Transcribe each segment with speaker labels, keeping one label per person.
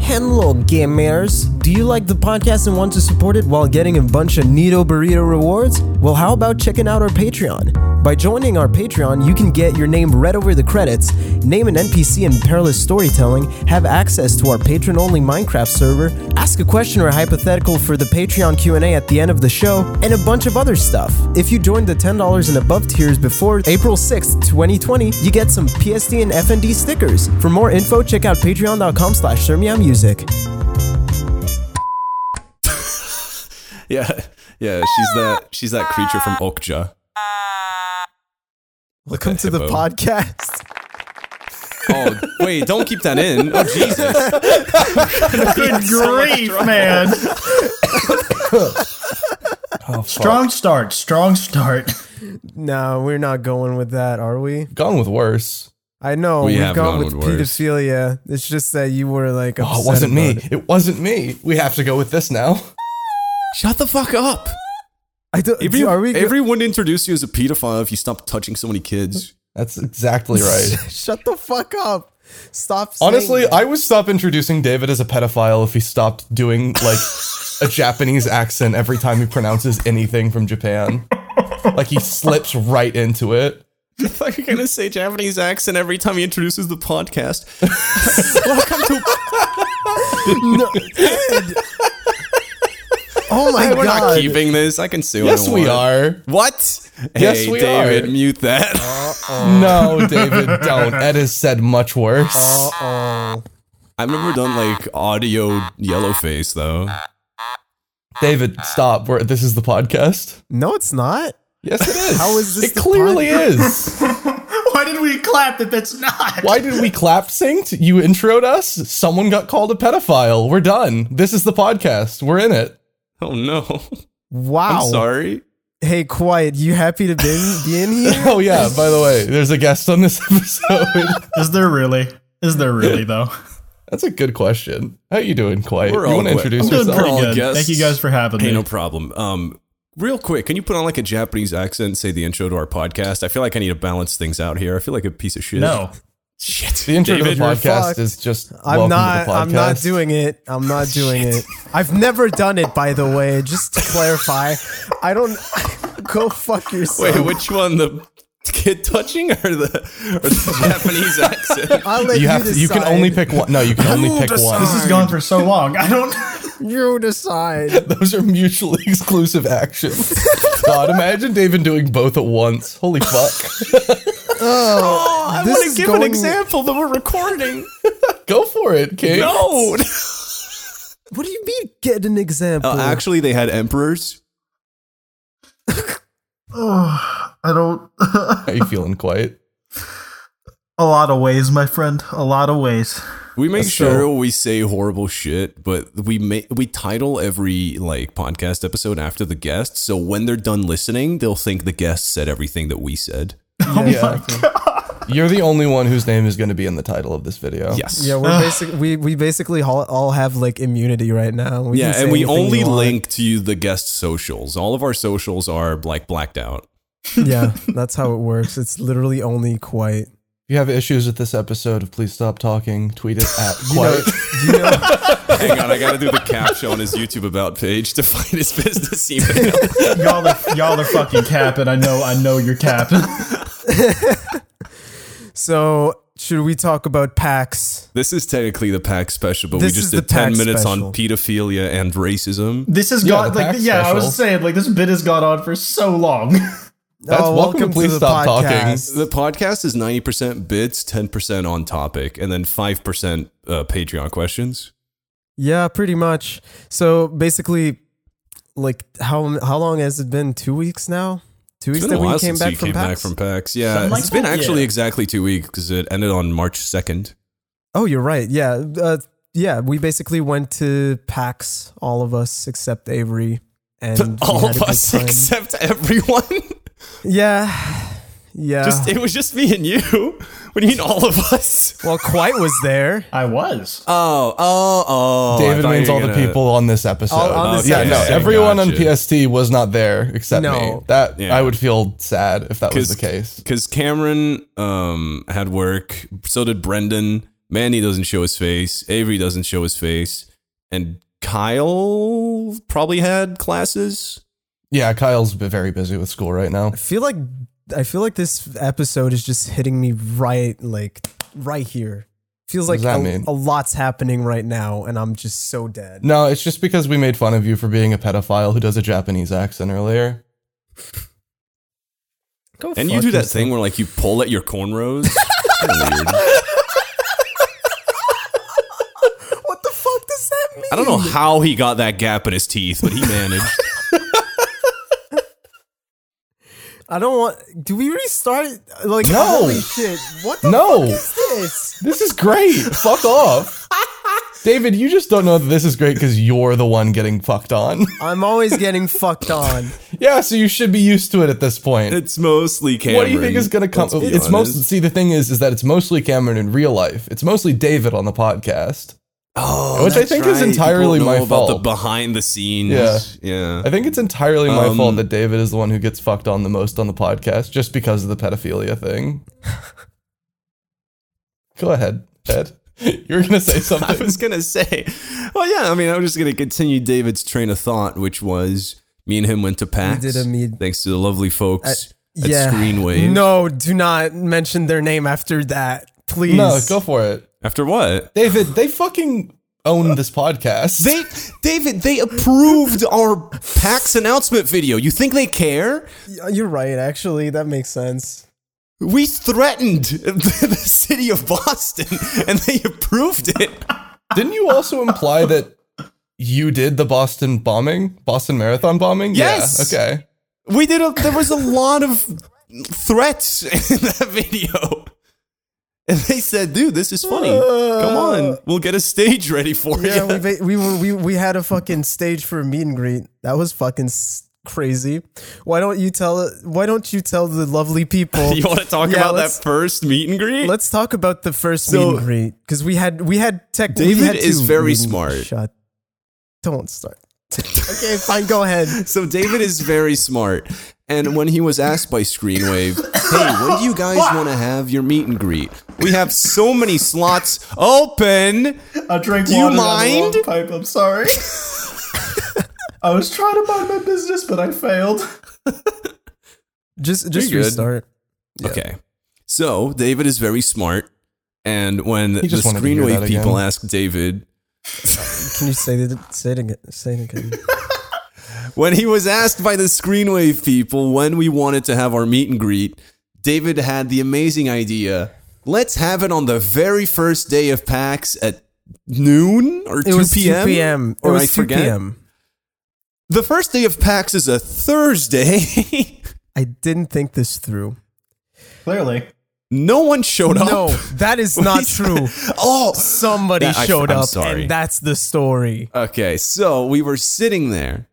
Speaker 1: Hello, gamers! Do you like the podcast and want to support it while getting a bunch of Nito Burrito rewards? Well, how about checking out our Patreon? By joining our Patreon, you can get your name read over the credits, name an NPC in perilous storytelling, have access to our patron-only Minecraft server, ask a question or a hypothetical for the Patreon Q&A at the end of the show, and a bunch of other stuff. If you join the $10 and above tiers before April 6th, 2020, you get some PSD and FND stickers. For more info, check out patreon.com slash Music.
Speaker 2: Yeah, yeah. She's that. She's that creature from Okja.
Speaker 1: Welcome
Speaker 2: to
Speaker 1: to
Speaker 2: the
Speaker 1: the
Speaker 2: hippo.
Speaker 1: podcast.
Speaker 2: Oh wait, don't keep that in. Oh Jesus.
Speaker 3: Good grief, man. strong start, strong start.
Speaker 1: No, we're not going with that, are we?
Speaker 4: Gone with worse.
Speaker 1: I know
Speaker 2: We
Speaker 1: we have
Speaker 2: have
Speaker 1: gone
Speaker 2: gone
Speaker 1: with
Speaker 2: with words.
Speaker 1: pedophilia. It's just that you were like,
Speaker 4: Oh,
Speaker 1: upset
Speaker 4: it wasn't
Speaker 1: about
Speaker 4: me.
Speaker 1: it.
Speaker 4: It. wasn't me. We have to go with this now.
Speaker 2: Shut the fuck up.
Speaker 1: I don't,
Speaker 2: Every,
Speaker 1: are we? go-
Speaker 2: everyone introduced you as a pedophile if you stopped touching so many kids.
Speaker 4: That's exactly right.
Speaker 1: Shut the fuck up. Stop. saying
Speaker 4: Honestly,
Speaker 1: that.
Speaker 4: I would stop introducing David as a pedophile if he stopped doing like a Japanese accent every time he pronounces anything from Japan. like he slips right into it.
Speaker 2: I thought you were gonna say Japanese accent every time he introduces the podcast. Welcome to.
Speaker 1: No. oh my
Speaker 2: We're
Speaker 1: god.
Speaker 2: not keeping this. I can say. What I
Speaker 4: Yes, we
Speaker 2: want.
Speaker 4: are.
Speaker 2: What?
Speaker 4: Yes,
Speaker 2: hey,
Speaker 4: we
Speaker 2: David,
Speaker 4: are.
Speaker 2: mute that.
Speaker 4: No, David, don't. Ed has said much worse.
Speaker 2: I've never done like audio yellow face though.
Speaker 4: David, stop. We're, this is the podcast.
Speaker 1: no, it's not.
Speaker 4: Yes, it is.
Speaker 1: How is this
Speaker 4: It
Speaker 1: the
Speaker 4: clearly is.
Speaker 3: Why did we clap that that's not?
Speaker 4: Why did we clap synced? You introed us. Someone got called a pedophile. We're done. This is the podcast. We're in it.
Speaker 2: Oh no.
Speaker 1: Wow.
Speaker 2: I'm sorry.
Speaker 1: Hey, quiet. You happy to be, be in here?
Speaker 4: Oh yeah, by the way, there's a guest on this episode.
Speaker 3: Is there really? Is there really though?
Speaker 4: That's a good question. How you doing, Quiet?
Speaker 2: We're
Speaker 4: you
Speaker 2: all
Speaker 4: want to
Speaker 2: quiet.
Speaker 4: introduce
Speaker 3: I'm doing
Speaker 4: yourself?
Speaker 3: pretty
Speaker 2: all
Speaker 3: good.
Speaker 2: guests.
Speaker 3: Thank you guys for having
Speaker 2: Hey,
Speaker 3: me.
Speaker 2: no problem. Um, real quick, can you put on like a Japanese accent, say the intro to our podcast? I feel like I need to balance things out here. I feel like a piece of shit.
Speaker 3: no.
Speaker 2: shit.
Speaker 4: The intro to the
Speaker 1: you're
Speaker 4: podcast
Speaker 1: fucked.
Speaker 4: is just. welcome
Speaker 1: I'm not.
Speaker 4: To the podcast.
Speaker 1: I'm not doing it. I'm not doing it. I've never done it, by the way. Just to clarify, I don't. Go fuck yourself.
Speaker 2: Wait, which one? The kid touching or the, or the Japanese accent?
Speaker 1: I'll let you,
Speaker 4: You have. To, you can
Speaker 1: decide.
Speaker 4: only pick one. No, you can only pick
Speaker 3: This
Speaker 4: one.
Speaker 3: has gone for so long. I don't.
Speaker 1: You decide.
Speaker 4: Those are mutually exclusive actions. God, imagine David doing both at once. Holy fuck!
Speaker 2: Oh, I
Speaker 1: This
Speaker 2: want
Speaker 1: is
Speaker 2: to give
Speaker 1: going-
Speaker 2: an example that we're recording.
Speaker 4: Go for it, Kate.
Speaker 2: No.
Speaker 1: What do you mean? Get an example.
Speaker 2: Uh, actually, they had emperors.
Speaker 3: Oh, I don't.
Speaker 4: How you feeling, Quiet?
Speaker 3: A lot of ways, my friend. A lot of ways.
Speaker 2: We make
Speaker 4: That's
Speaker 2: sure
Speaker 4: true.
Speaker 2: we say horrible shit, but we make we title every like podcast episode after the guest. So when they're done listening, they'll think the guest said everything that we said.
Speaker 4: yeah. You're the only one whose name is going to be in the title of this video.
Speaker 2: Yes.
Speaker 1: Oh, yeah, we're basic. We we basically all, all have like immunity right now. We can
Speaker 2: yeah,
Speaker 1: say
Speaker 2: and we
Speaker 1: anything
Speaker 2: only
Speaker 1: want.
Speaker 2: link to the guest socials. All of our socials are like blacked out.
Speaker 1: Yeah, that's how it works. It's literally only quite.
Speaker 4: If you have issues with this episode, please stop talking. Tweet us at
Speaker 1: You know,
Speaker 4: Quiet.
Speaker 1: you know,
Speaker 2: Hang on, I gotta do the caption on his YouTube about page to find his business email.
Speaker 3: y'all, are, y'all are fucking capping. I know. I know you're capping.
Speaker 1: so should we talk about PAX?
Speaker 2: this is technically the pack special, but
Speaker 1: This
Speaker 2: we just
Speaker 1: is the
Speaker 2: did ten
Speaker 1: pack
Speaker 2: minutes
Speaker 1: special.
Speaker 2: on pedophilia and racism.
Speaker 3: This has
Speaker 4: Yeah,
Speaker 3: gone
Speaker 4: the
Speaker 3: like
Speaker 4: pack
Speaker 3: yeah. I
Speaker 4: special.
Speaker 3: was saying like this bit has gone on for so long.
Speaker 4: That's
Speaker 1: oh,
Speaker 4: welcome to Please Stop Talking.
Speaker 2: The podcast is ninety percent bits, ten percent on topic, and then five percent uh, Patreon questions.
Speaker 1: Yeah, pretty much. So basically, like how how long has it been? Two weeks now. Two
Speaker 2: It's
Speaker 1: weeks
Speaker 2: been a
Speaker 1: that we
Speaker 2: while
Speaker 1: came
Speaker 2: since
Speaker 1: back
Speaker 2: you
Speaker 1: from
Speaker 2: came back
Speaker 1: PAX.
Speaker 2: from PAX. Yeah,
Speaker 3: Something like
Speaker 2: it's been
Speaker 3: that,
Speaker 2: actually
Speaker 3: yeah.
Speaker 2: exactly two weeks because it ended on March second.
Speaker 1: Oh, you're right. Yeah. Uh, yeah. We basically went to PAX, all of us except Avery. And we
Speaker 2: All
Speaker 1: had a
Speaker 2: of
Speaker 1: good
Speaker 2: us
Speaker 1: time.
Speaker 2: except everyone.
Speaker 1: Yeah. Yeah.
Speaker 2: Just it was just me and you. What do you mean all of us?
Speaker 1: well, Quite was there.
Speaker 3: I was.
Speaker 2: Oh, oh, oh.
Speaker 4: David means all the people on this episode.
Speaker 1: All on this
Speaker 4: yeah, no,
Speaker 1: episode.
Speaker 4: everyone on
Speaker 2: Gotcha.
Speaker 4: PST was not there except
Speaker 1: No.
Speaker 4: me. That
Speaker 2: Yeah.
Speaker 4: I would feel sad if that was the case.
Speaker 2: Because Cameron um had work, so did Brendan, Manny doesn't show his face. Avery doesn't show his face. And Kyle probably had classes.
Speaker 4: Yeah, Kyle's b- very busy with school right now.
Speaker 1: I feel like I feel like this episode is just hitting me right like right here. Feels like
Speaker 4: What does that
Speaker 1: a,
Speaker 4: mean?
Speaker 1: a lot's happening right now, and I'm just so dead.
Speaker 4: No, it's just because we made fun of you for being a pedophile who does a Japanese accent earlier.
Speaker 1: Go
Speaker 2: And you
Speaker 1: fuck
Speaker 2: do that
Speaker 1: yourself.
Speaker 2: thing where like you pull at your cornrows. Weird.
Speaker 1: What the fuck does that mean?
Speaker 2: I don't know how he got that gap in his teeth, but he managed.
Speaker 1: I don't want. Do we restart? Like
Speaker 4: No.
Speaker 1: holy shit! What the
Speaker 4: No.
Speaker 1: fuck is this?
Speaker 4: This is great. Fuck off. David, you just don't know that this is great because you're the one getting fucked on.
Speaker 1: I'm always getting fucked on.
Speaker 4: yeah, so you should be used to it at this point.
Speaker 2: it's mostly Cameron.
Speaker 4: what do you think is going to come?
Speaker 2: let's be
Speaker 4: It's most
Speaker 2: honest.
Speaker 4: see the thing is is that it's mostly Cameron in real life. It's mostly David on the podcast.
Speaker 2: Oh,
Speaker 4: Which I
Speaker 2: that's
Speaker 4: think is entirely
Speaker 2: People
Speaker 4: my
Speaker 2: know about
Speaker 4: fault.
Speaker 2: The behind the scenes.
Speaker 4: Yeah.
Speaker 2: yeah.
Speaker 4: I think it's entirely my
Speaker 2: Um,
Speaker 4: fault that David is the one who gets fucked on the most on the podcast just because of the pedophilia thing. Go ahead, Ed. You were going to say
Speaker 2: I
Speaker 4: something.
Speaker 2: was gonna say, well, yeah. I mean, I'm just gonna continue David's train of thought, which was me and him went to PAX.
Speaker 1: did a meet-
Speaker 2: thanks to the lovely folks at
Speaker 1: yeah.
Speaker 2: Screenwave.
Speaker 1: No, do not mention their name after that, please.
Speaker 4: No, go for it.
Speaker 2: After what?
Speaker 4: David, they fucking own this podcast.
Speaker 2: They, David, they approved our PAX announcement video. You think they care?
Speaker 1: You're right. Actually, that makes sense.
Speaker 2: We threatened the city of Boston, and they approved it.
Speaker 4: Didn't you also imply that you did the Boston bombing, Boston Marathon bombing?
Speaker 2: Yes.
Speaker 4: Yeah, okay.
Speaker 2: We did. A, there was a lot of threats in that video, and they said, "Dude, this is funny. Come
Speaker 4: Uh.
Speaker 2: on, we'll get a stage ready for
Speaker 1: Yeah,
Speaker 2: you."
Speaker 1: we, ba- we were we we had a fucking stage for a meet and greet. That was fucking s- crazy. Why don't you tell? Why don't you tell the lovely people?
Speaker 2: You want to talk
Speaker 1: Yeah,
Speaker 2: about that
Speaker 1: let's-
Speaker 2: first meet and greet?
Speaker 1: Let's talk about the first
Speaker 2: So-
Speaker 1: meet and greet because we had we had tech. we
Speaker 2: David
Speaker 1: had
Speaker 2: is
Speaker 1: two
Speaker 2: very
Speaker 1: meet and-
Speaker 2: smart.
Speaker 1: Shut. Don't start. okay, fine. Go ahead.
Speaker 2: so David is very smart. And when he was asked by Screenwave, hey, when do you guys want to have your meet and greet? We have so many slots open.
Speaker 3: I drink
Speaker 2: Do you
Speaker 3: water out of a long
Speaker 2: mind?
Speaker 3: pipe. I'm sorry. I was trying to mind my business, but I failed.
Speaker 1: Just just
Speaker 2: good.
Speaker 1: restart.
Speaker 2: Okay. So David is very smart. And when the
Speaker 4: just wanted to hear
Speaker 2: Screenwave
Speaker 4: that
Speaker 2: people
Speaker 4: again.
Speaker 2: asked David,
Speaker 1: Can you say that? Say it again. Say it again.
Speaker 2: when he was asked by the Screenwave people when we wanted to have our meet and greet, David had the amazing idea let's have it on the very first day of PAX at noon or
Speaker 1: It
Speaker 2: 2
Speaker 1: was
Speaker 2: p.m.
Speaker 1: 2 p.m.
Speaker 2: Or
Speaker 1: it was
Speaker 2: I
Speaker 1: 2
Speaker 2: forget.
Speaker 1: p.m.
Speaker 2: The first day of PAX is a Thursday.
Speaker 1: I didn't think this through.
Speaker 3: Clearly.
Speaker 2: Oh, no one showed up.
Speaker 1: No, that is not true.
Speaker 2: Oh,
Speaker 1: Somebody
Speaker 2: That- I-
Speaker 1: showed
Speaker 2: I'm
Speaker 1: up,
Speaker 2: sorry.
Speaker 1: and that's the story.
Speaker 2: okay. So we were sitting there.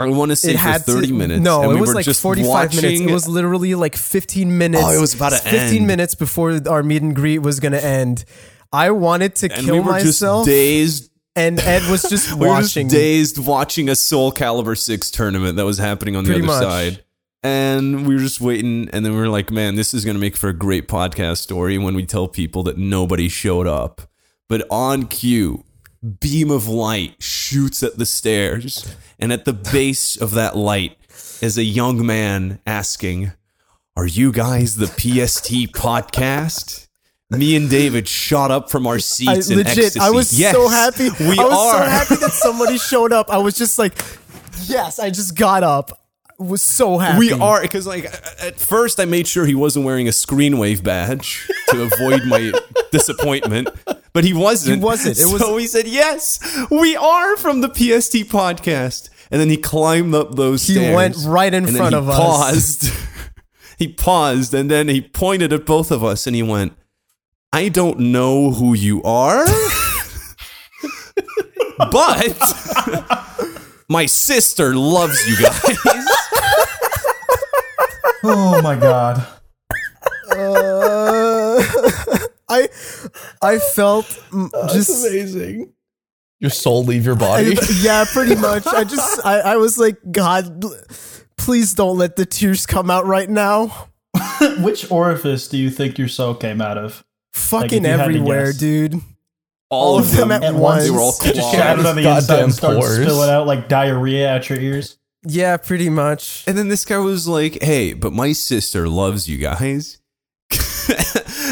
Speaker 2: I want to say
Speaker 1: it
Speaker 2: for
Speaker 1: had
Speaker 2: 30
Speaker 1: to,
Speaker 2: minutes.
Speaker 1: No,
Speaker 2: and
Speaker 1: it
Speaker 2: we
Speaker 1: was
Speaker 2: were
Speaker 1: like
Speaker 2: just
Speaker 1: 45 minutes.
Speaker 2: watching-
Speaker 1: It was literally like 15 minutes.
Speaker 2: Oh, it was about to
Speaker 1: 15
Speaker 2: end.
Speaker 1: minutes before our meet and greet was going to end. I wanted to
Speaker 2: and
Speaker 1: kill
Speaker 2: we were
Speaker 1: myself,
Speaker 2: just dazed.
Speaker 1: and Ed was just
Speaker 2: We were
Speaker 1: watching.
Speaker 2: just dazed watching a Soul Calibur 6 tournament that was happening on the
Speaker 1: Pretty
Speaker 2: other
Speaker 1: much.
Speaker 2: side. And we were just waiting, and then we were like, man, this is going to make for a great podcast story when we tell people that nobody showed up. But on cue, beam of light shoots at the stairs, and at the base of that light is a young man asking, Are you guys the PST podcast? Me and David shot up from our
Speaker 1: I,
Speaker 2: seats. in
Speaker 1: legit,
Speaker 2: ecstasy.
Speaker 1: I was
Speaker 2: Yes,
Speaker 1: so happy.
Speaker 2: We
Speaker 1: I was
Speaker 2: are.
Speaker 1: so happy that somebody showed up. I was just like, yes, I just got up. I was so happy.
Speaker 2: We are because like at first I made sure he wasn't wearing a screenwave badge to avoid my disappointment, but he wasn't.
Speaker 1: He wasn't. It was-
Speaker 2: so he said, "Yes, we are from the PST podcast." And then he climbed up those.
Speaker 1: He
Speaker 2: stairs,
Speaker 1: went right
Speaker 2: and
Speaker 1: in
Speaker 2: then
Speaker 1: front
Speaker 2: he
Speaker 1: of us.
Speaker 2: Paused. he paused, and then he pointed at both of us, and he went, "I don't know who you are." But my sister loves you guys.
Speaker 3: Oh my god.
Speaker 1: Uh, I I felt mm, just
Speaker 4: amazing. Your soul leave your body.
Speaker 1: yeah, pretty much. I just I, I was like, God, l- please don't let the tears come out right now.
Speaker 3: Which orifice do you think your soul came out of?
Speaker 1: fucking
Speaker 3: you had to
Speaker 1: everywhere,
Speaker 3: guess.
Speaker 1: dude.
Speaker 2: All of them.
Speaker 1: at
Speaker 3: At
Speaker 1: once.
Speaker 3: once.
Speaker 2: They were all
Speaker 3: It just
Speaker 2: claws.
Speaker 3: shattered on the
Speaker 4: Goddamn
Speaker 3: inside and started
Speaker 4: pores.
Speaker 3: spilling out like diarrhea at your ears.
Speaker 1: Yeah, pretty much.
Speaker 2: And then this guy was like, "Hey, but my sister loves you guys."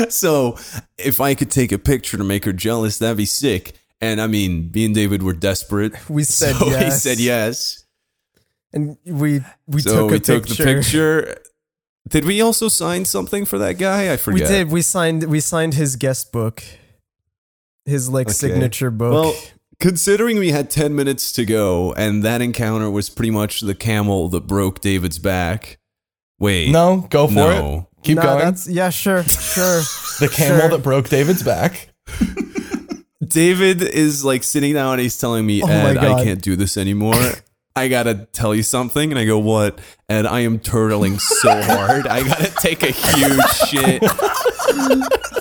Speaker 2: so, if I could take a picture to make her jealous, that'd be sick. And I mean, me and David were desperate.
Speaker 1: We said
Speaker 2: so he
Speaker 1: yes.
Speaker 2: said yes.
Speaker 1: And we we
Speaker 2: so
Speaker 1: took a
Speaker 2: we took
Speaker 1: picture.
Speaker 2: the picture. Did we also sign something for that guy? I
Speaker 1: We
Speaker 2: forget.
Speaker 1: did. We signed we signed his guest book. His like
Speaker 2: Okay.
Speaker 1: signature book.
Speaker 2: Well, considering we had 10 minutes to go and that encounter was pretty much the camel that broke David's back. Wait.
Speaker 4: No, go for it.
Speaker 2: No.
Speaker 4: Keep
Speaker 1: Nah,
Speaker 4: going.
Speaker 1: that's- yeah, sure, sure.
Speaker 4: The camel
Speaker 1: sure.
Speaker 4: that broke David's back.
Speaker 2: David is like sitting down and he's telling me,
Speaker 1: Oh my
Speaker 2: Ed, I
Speaker 1: God.
Speaker 2: can't do this anymore. I gotta tell you something. And I go, What? And I am turtling so hard. I gotta take a huge shit.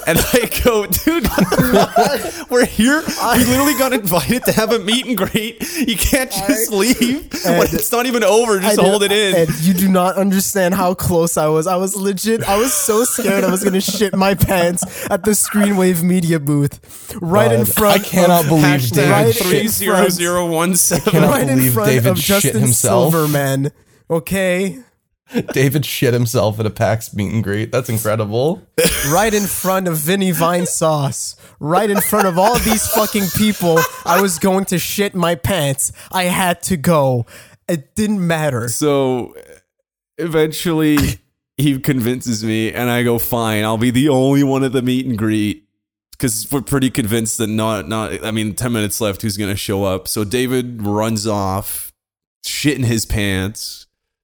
Speaker 2: And I go, dude, what? we're here. We literally got invited to have a meet and greet. You can't just leave when
Speaker 1: Ed,
Speaker 2: it's not even over. Just
Speaker 1: I do-
Speaker 2: hold it in.
Speaker 1: Ed, you do not understand how close I was. I was legit. I was so scared I was gonna shit my pants at the Screenwave Media booth, right in
Speaker 4: God,
Speaker 1: front.
Speaker 4: I cannot
Speaker 1: of-
Speaker 4: believe
Speaker 2: Hashtag
Speaker 4: David
Speaker 1: right
Speaker 4: shit.
Speaker 1: in front-
Speaker 2: 30017.
Speaker 4: Cannot
Speaker 1: right in
Speaker 4: believe
Speaker 1: front
Speaker 4: David
Speaker 1: of
Speaker 4: shit
Speaker 1: Justin
Speaker 4: himself.
Speaker 1: Silverman. Okay,
Speaker 4: David shit himself at a PAX meet and greet. That's incredible.
Speaker 1: right in front of Vinny Vine Sauce, right in front of all these fucking people. I was going to shit my pants. I had to go. It didn't matter.
Speaker 2: So eventually he convinces me, and I go, fine, I'll be the only one at the meet and greet. Because we're pretty convinced that not, not, I mean, 10 minutes left, who's going to show up? So David runs off, shit in his pants.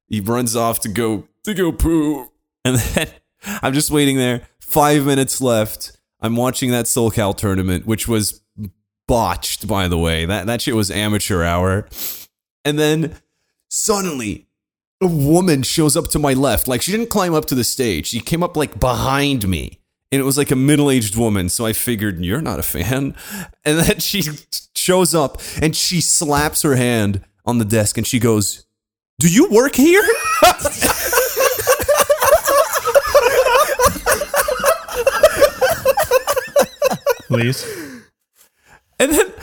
Speaker 2: He runs off to go, to go poo. And then I'm just waiting there. Five minutes left. I'm watching that SoulCal tournament, which was botched, by the way. That, that shit was amateur hour. And then suddenly a woman shows up to my left. Like she didn't climb up to the stage. She came up like behind me. And it was like a middle-aged woman, so I figured you're not a fan. And then she shows up and she slaps her hand on the desk and she goes, "Do you work here?"
Speaker 3: Please.
Speaker 2: And then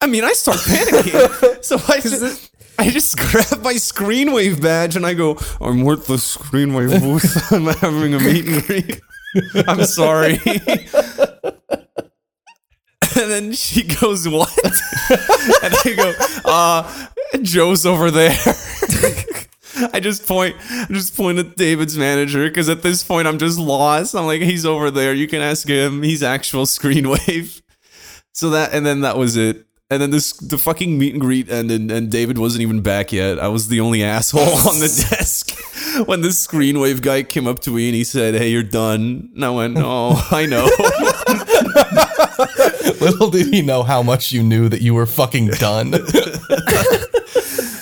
Speaker 2: I mean, I start panicking. so I just I just grab my screenwave badge and I go, "I'm with the screenwave booth. I'm having a meet and greet. I'm sorry." And then she goes, What? and I go, uh, Joe's over there. I just point I just point at David's manager because at this point I'm just lost. I'm like, he's over there. You can ask him. He's actual screenwave. So that and then that was it. And then this the fucking meet and greet ended and David wasn't even back yet. I was the only asshole on the desk when the screenwave guy came up to me and he said, Hey, you're done. And I went, Oh, I know.
Speaker 4: Little did he know how much you knew that you were fucking done.
Speaker 2: And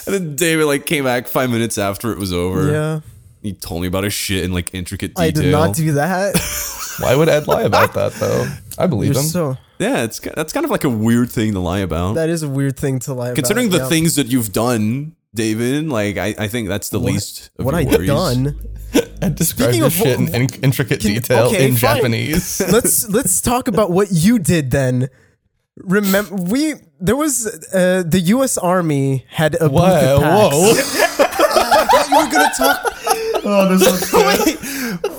Speaker 2: then David like came back five minutes after it was over.
Speaker 1: Yeah,
Speaker 2: He told me about his shit in like intricate detail.
Speaker 1: I did not do that.
Speaker 4: Why would Ed lie about that though? I believe
Speaker 1: You're
Speaker 4: him.
Speaker 1: so.
Speaker 2: yeah, it's ki- that's kind of like a weird thing to lie about.
Speaker 1: That is a weird thing to lie.
Speaker 2: Considering
Speaker 1: about,
Speaker 2: the
Speaker 1: yeah.
Speaker 2: things that you've done, David, like I, I think that's the least of
Speaker 1: what
Speaker 2: your
Speaker 1: I
Speaker 2: worries.
Speaker 1: done.
Speaker 4: Ed described
Speaker 1: Speaking
Speaker 4: his
Speaker 1: of
Speaker 4: shit in
Speaker 1: wh-
Speaker 4: in- intricate
Speaker 1: Can-
Speaker 4: detail
Speaker 1: okay,
Speaker 4: in
Speaker 1: fine.
Speaker 4: Japanese.
Speaker 1: let's let's talk about what you did then. Remember, we there was uh, the U.S. Army had a booth at
Speaker 4: Whoa,
Speaker 1: PAX.
Speaker 4: whoa.
Speaker 2: you were gonna talk.
Speaker 3: Oh, this looks good.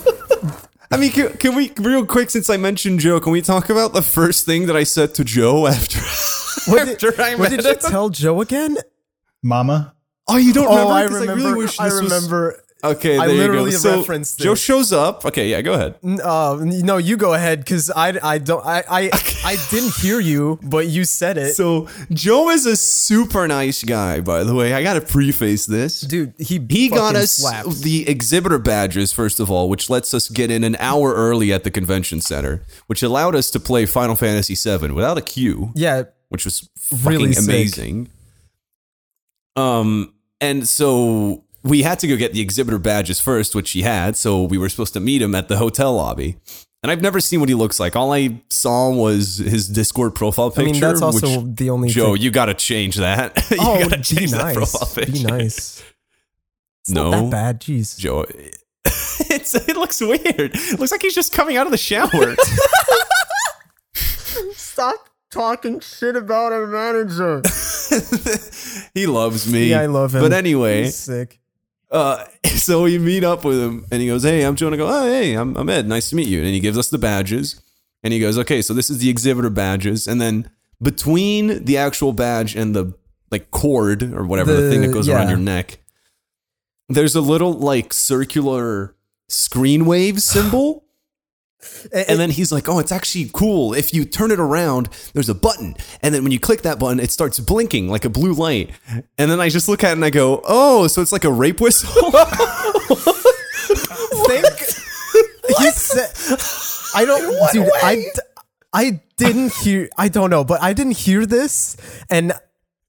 Speaker 2: I mean, can, can we real quick? Since I mentioned Joe, can we talk about the first thing that I said to Joe after?
Speaker 1: What did,
Speaker 2: After I
Speaker 1: what
Speaker 2: met
Speaker 1: did you
Speaker 2: him.
Speaker 1: tell Joe again?
Speaker 3: Mama.
Speaker 2: Oh, you don't
Speaker 1: Oh,
Speaker 2: remember?
Speaker 1: I
Speaker 2: 'Cause
Speaker 1: remember. I,
Speaker 2: really wish this was-
Speaker 1: remember.
Speaker 2: okay,
Speaker 1: I
Speaker 2: there you
Speaker 1: literally
Speaker 2: go. So
Speaker 1: referenced
Speaker 2: Joe
Speaker 1: it.
Speaker 2: shows up. Okay, yeah, go ahead.
Speaker 1: N- Uh, no, you go ahead because I I don't I I, I didn't hear you, but you said it,
Speaker 2: So Joe is a super nice guy, by the way. I gotta preface this.
Speaker 1: dude. He
Speaker 2: He got
Speaker 1: fucking
Speaker 2: us
Speaker 1: slapped.
Speaker 2: the exhibitor badges, first of all, which lets us get in an hour early at the convention center, which allowed us to play Final Fantasy VII without a queue,
Speaker 1: yeah,
Speaker 2: which was
Speaker 1: Really
Speaker 2: really
Speaker 1: sick.
Speaker 2: amazing. Um, and so we had to go get the exhibitor badges first, which he had. So we were supposed to meet him at the hotel lobby. And I've never seen what he looks like. All I saw was his Discord profile
Speaker 1: I
Speaker 2: picture.
Speaker 1: mean that's also
Speaker 2: which,
Speaker 1: the only
Speaker 2: Joe.
Speaker 1: Thing.
Speaker 2: You got to change that. you
Speaker 1: Oh,
Speaker 2: got to
Speaker 1: be
Speaker 2: change that
Speaker 1: nice.
Speaker 2: profile
Speaker 1: Be
Speaker 2: picture.
Speaker 1: nice. It's
Speaker 2: No.
Speaker 1: not that bad. Jeez.
Speaker 2: Joe. It's, it looks weird. It looks like he's just coming out of the shower.
Speaker 5: Stop talking shit about our manager.
Speaker 2: he loves me.
Speaker 1: Yeah, I love him.
Speaker 2: But anyway,
Speaker 1: He's sick.
Speaker 2: uh, so we meet up with him and he goes, Hey, I'm Joe. And I go, Oh, hey, I'm, I'm Ed. Nice to meet you. And he gives us the badges and he goes, Okay, so this is the exhibitor badges. And then between the actual badge and the like cord or whatever the,
Speaker 1: The-
Speaker 2: thing that goes around
Speaker 1: yeah.
Speaker 2: your neck, there's a little like circular screen wave symbol. And then he's like, "Oh, it's actually cool. If you turn it around, there's a button, and then when you click that button, it starts blinking like a blue light." And then I just look at it and I go, "Oh, so it's like a rape whistle."
Speaker 1: He said, I don't, dude, I, d- I didn't hear, I don't know, but I didn't hear this. And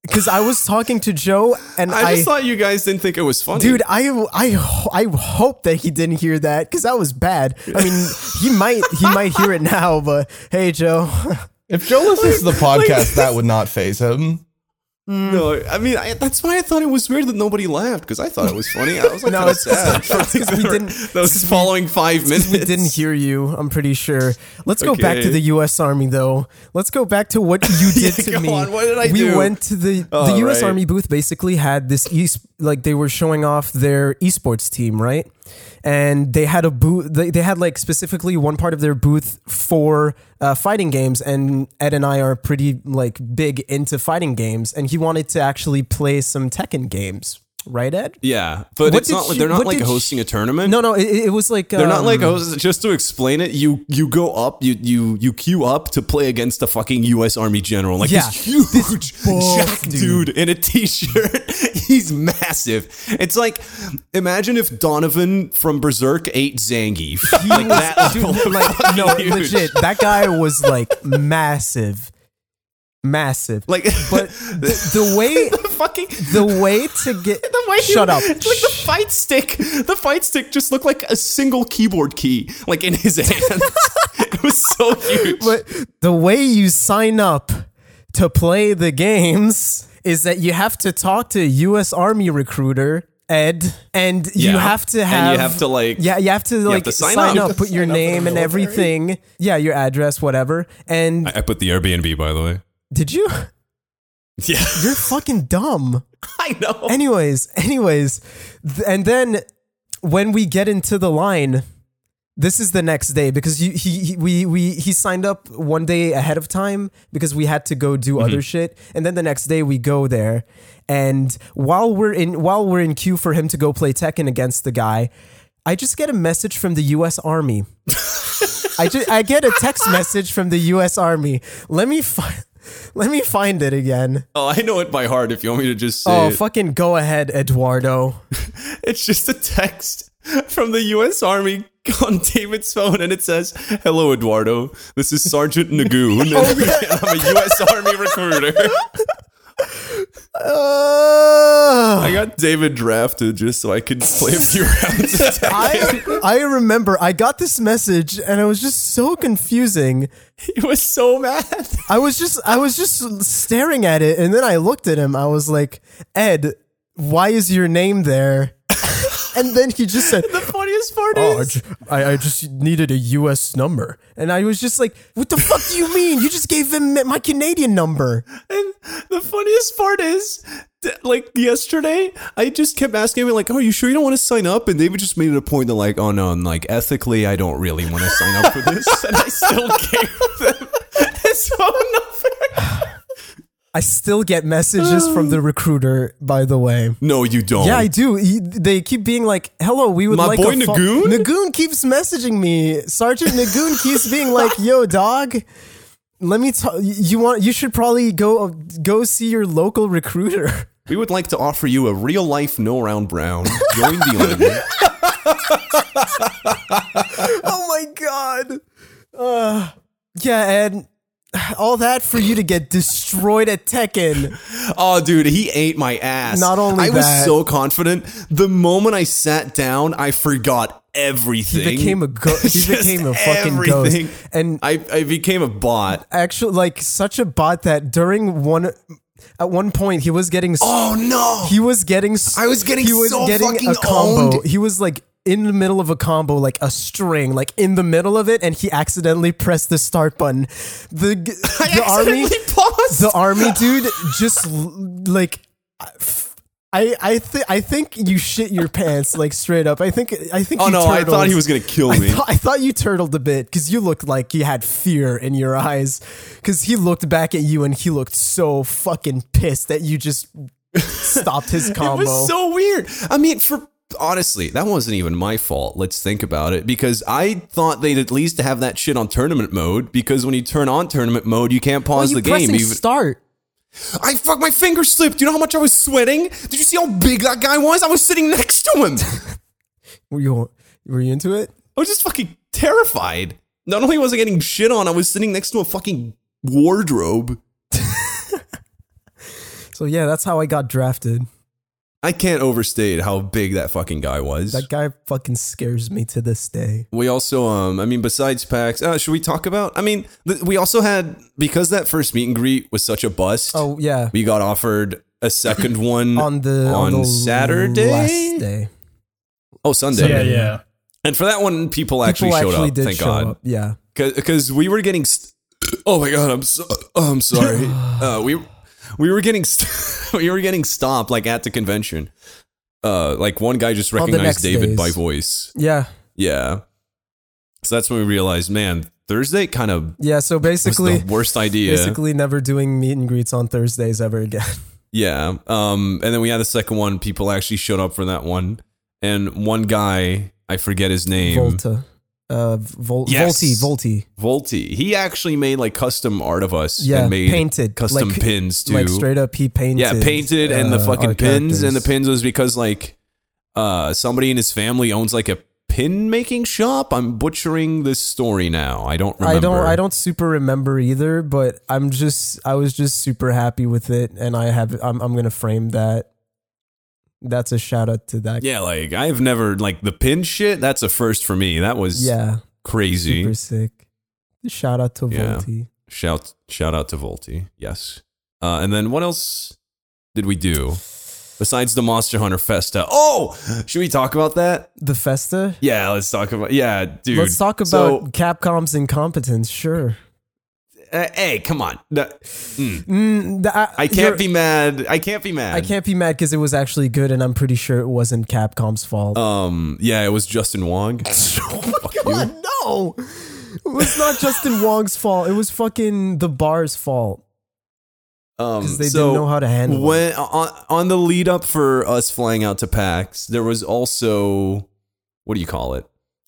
Speaker 1: because I was talking to Joe and I,
Speaker 2: I just thought you guys didn't think it was funny,
Speaker 1: dude, I, I, ho- I hope that he didn't hear that because that was bad. I mean, he might, he might hear it now, but hey, Joe.
Speaker 4: If Joe listens to the podcast, that would not phase him.
Speaker 2: No,
Speaker 1: um,
Speaker 2: I mean I, that's why I thought it was weird that nobody laughed because I thought it was funny. I was like,
Speaker 1: No,
Speaker 2: no,
Speaker 1: it's-
Speaker 2: sad.
Speaker 1: we didn't-
Speaker 2: that was the following five minutes.
Speaker 1: We didn't hear you, I'm pretty sure. Let's go back to
Speaker 2: Okay.
Speaker 1: the US Army though. Let's go back to what you did
Speaker 2: Yeah,
Speaker 1: to
Speaker 2: go
Speaker 1: me.
Speaker 2: on, what did I
Speaker 1: we
Speaker 2: do?
Speaker 1: went to the
Speaker 2: Oh,
Speaker 1: the US
Speaker 2: right.
Speaker 1: Army booth basically had this e- like they were showing off their esports team, right? And they had a booth they, they had like specifically one part of their booth for uh, fighting games and Ed and I are pretty like big into fighting games and he wanted to actually play some Tekken games, right Ed?
Speaker 2: Yeah, but
Speaker 1: What
Speaker 2: it's
Speaker 1: did
Speaker 2: not.
Speaker 1: you-
Speaker 2: they're not
Speaker 1: what
Speaker 2: like
Speaker 1: did you-
Speaker 2: hosting a tournament.
Speaker 1: No, no, it, it was like
Speaker 2: They're not like
Speaker 1: um,
Speaker 2: hosts. Just to explain it, you you go up, you you you queue up to play against the fucking U.S. Army general, like
Speaker 1: Yeah.
Speaker 2: this huge
Speaker 1: buff
Speaker 2: jack dude. in a t-shirt. He's massive. It's like imagine if Donovan from Berserk ate Zangief. like that
Speaker 1: Dude,
Speaker 2: level of
Speaker 1: like no,
Speaker 2: huge.
Speaker 1: legit. That guy was like massive, massive.
Speaker 2: Like,
Speaker 1: but the, the way
Speaker 2: the fucking
Speaker 1: the way to get
Speaker 2: the way he-
Speaker 1: shut up.
Speaker 2: It's like the fight stick. The fight stick just looked like a single keyboard key, like in his hand. it was so huge.
Speaker 1: But the way you sign up to play the games is that you have to talk to a U.S. Army recruiter. Ed, and you
Speaker 2: Yeah.
Speaker 1: have to
Speaker 2: And you
Speaker 1: have,
Speaker 2: have to, like-
Speaker 1: yeah, you have to like
Speaker 2: to sign
Speaker 1: sign,
Speaker 2: up. You have
Speaker 1: up, put your name and everything, yeah, your address, whatever. And
Speaker 2: I put the Airbnb, by the way.
Speaker 1: did you?
Speaker 2: Yeah,
Speaker 1: You're fucking dumb.
Speaker 2: I know.
Speaker 1: anyways, anyways, th- and then when we get into the line, this is the next day because you, he, he we we he signed up one day ahead of time because we had to go do other shit, and then the next day we go there, and while we're in while we're in queue for him to go play Tekken against the guy, I just get a message from the U.S. Army. I just I get a text message from the U.S. Army. Let me find let me find it again.
Speaker 2: Oh, I know it by heart if you want me to just say
Speaker 1: Oh,
Speaker 2: it.
Speaker 1: fucking go ahead, Eduardo.
Speaker 2: It's just a text from the US Army on David's phone and it says, Hello, Eduardo. This is Sergeant Nagoon. and, I'm a US Army recruiter. I
Speaker 1: Uh,
Speaker 2: got David drafted just so I could play a few rounds of Tekken.
Speaker 1: I, I remember I got this message and it was just so confusing.
Speaker 2: He was so mad.
Speaker 1: I was just I was just staring at it and then I looked at him. I was like, "Ed, why is your name there?" and then he just said,
Speaker 2: The funniest part
Speaker 1: "Oh, I
Speaker 2: is.
Speaker 1: ju- I, I just needed a US number." And I was just like, "What the fuck do you mean? You just gave him my Canadian number."
Speaker 2: And the funniest part is, that, like yesterday, I just kept asking him, like, "Oh, are you sure you don't want to sign up?" And David just made it a point to like, "Oh no, and like ethically, I don't really want to sign up for this," and I still gave them his phone number.
Speaker 1: I still get messages from the recruiter, by the way.
Speaker 2: No, you don't.
Speaker 1: Yeah, I do. He, they keep being like, "Hello, we would
Speaker 2: Oh. My
Speaker 1: like
Speaker 2: boy
Speaker 1: a fo-
Speaker 2: Nagoon?
Speaker 1: Nagoon keeps messaging me. Sergeant Nagoon keeps being like, "Yo, dog, let me tell you want you should probably go go see your local recruiter."
Speaker 2: we would like to offer you a real life no round brown. Join the army.
Speaker 1: oh my god. Uh, yeah, and all that for you to get destroyed at Tekken.
Speaker 2: Oh, dude, he ate my ass.
Speaker 1: Not only
Speaker 2: I was
Speaker 1: that-
Speaker 2: so confident. The moment I sat down, I forgot everything.
Speaker 1: He became a go- he
Speaker 2: Just
Speaker 1: became a fucking
Speaker 2: everything.
Speaker 1: ghost. And
Speaker 2: I, I became a bot.
Speaker 1: actually like such a bot that during one at one point he was getting
Speaker 2: Oh no!
Speaker 1: he was getting s-
Speaker 2: I was getting
Speaker 1: he was
Speaker 2: so
Speaker 1: getting
Speaker 2: fucking
Speaker 1: a combo
Speaker 2: owned.
Speaker 1: he was like in the middle of a combo, like a string, like in the middle of it, and he accidentally pressed the start button. The g- the army, the army dude, just l- like. I I th- I think you shit your pants like straight up. I think I think.
Speaker 2: Oh
Speaker 1: you
Speaker 2: no, I thought
Speaker 1: turtled.
Speaker 2: he was gonna kill
Speaker 1: I
Speaker 2: me.
Speaker 1: thought, I thought you turtled a bit because you looked like you had fear in your eyes. Because he looked back at you and he looked so fucking pissed that you just stopped his combo.
Speaker 2: It was so weird. I mean, for honestly, that wasn't even my fault. Let's think about it because I thought they'd at least have that shit on tournament mode because when you turn on tournament mode, you can't
Speaker 1: Why are
Speaker 2: pause
Speaker 1: you
Speaker 2: the game.
Speaker 1: pressing
Speaker 2: even-
Speaker 1: start.
Speaker 2: I fuck my finger slipped. Do you know how much I was sweating? Did you see how big that guy was? I was sitting next to him.
Speaker 1: Were you were you into it?
Speaker 2: I was just fucking terrified. Not only was I getting shit on, I was sitting next to a fucking wardrobe.
Speaker 1: So yeah, that's how I got drafted.
Speaker 2: I can't overstate how big that fucking guy was.
Speaker 1: That guy fucking scares me to this day.
Speaker 2: We also, um, I mean, besides PAX, uh, should we talk about? I mean, th- we also had because that first meet and greet was such a bust.
Speaker 1: Oh yeah,
Speaker 2: we got offered a second one
Speaker 1: on the
Speaker 2: on
Speaker 1: the
Speaker 2: Saturday?
Speaker 1: last day,
Speaker 2: oh Sunday.
Speaker 3: Yeah, yeah.
Speaker 2: And for that one, people actually
Speaker 1: people
Speaker 2: showed
Speaker 1: actually
Speaker 2: up.
Speaker 1: did
Speaker 2: thank
Speaker 1: show
Speaker 2: God,
Speaker 1: up. Yeah,
Speaker 2: because we were getting. St- oh my God, I'm so oh, I'm sorry. uh, we we were getting st- we were getting stopped like at the convention. Uh, like one guy just
Speaker 1: the next
Speaker 2: recognized David
Speaker 1: days.
Speaker 2: by voice.
Speaker 1: yeah,
Speaker 2: Yeah. So that's when we realized, man, Thursday kind of
Speaker 1: yeah. So basically,
Speaker 2: was the worst idea.
Speaker 1: basically never doing meet and greets on Thursdays ever again.
Speaker 2: Yeah. Um, and then we had the second one. People actually showed up for that one. And one guy, I forget his name,
Speaker 1: Volta. Uh, Vol-
Speaker 2: Yes.
Speaker 1: Volti, Volti.
Speaker 2: Volti, he actually made like custom art of us
Speaker 1: Yeah,
Speaker 2: and made
Speaker 1: painted,
Speaker 2: custom
Speaker 1: like-
Speaker 2: pins too.
Speaker 1: Like straight up, he painted.
Speaker 2: yeah, painted and the
Speaker 1: uh,
Speaker 2: fucking
Speaker 1: our
Speaker 2: pins. And the
Speaker 1: characters.
Speaker 2: pins was because like uh, somebody in his family owns like a pin making shop. I'm butchering this story now. I don't remember.
Speaker 1: I don't, I don't super remember either, but I'm just, I was just super happy with it, and I have, I'm, I'm gonna frame that. That's a shout out to that.
Speaker 2: Yeah, like I've never like the pin shit. That's a first for me. That was
Speaker 1: yeah,
Speaker 2: crazy.
Speaker 1: super sick. Shout out to
Speaker 2: Yeah.
Speaker 1: Volti.
Speaker 2: Shout shout out to Volti. Yes. Uh, and then what else did we do besides the Monster Hunter Festa? Oh, should we talk about that?
Speaker 1: The Festa.
Speaker 2: Yeah, let's talk about. Yeah, dude.
Speaker 1: Let's talk about
Speaker 2: So,
Speaker 1: Capcom's incompetence. Sure.
Speaker 2: uh, hey, come on. No, mm,
Speaker 1: Mm, th-
Speaker 2: I
Speaker 1: you're-
Speaker 2: can't be mad. I can't be mad.
Speaker 1: I can't be mad because it was actually good, and I'm pretty sure it wasn't Capcom's fault.
Speaker 2: Um. Yeah, it was Justin Wong.
Speaker 1: Oh God, no! It was not Justin Wong's fault. It was fucking the bar's fault.
Speaker 2: Um,
Speaker 1: 'Cause they didn't know how to handle it.
Speaker 2: when, On, on the lead up for us flying out to PAX, there was also what do you call it?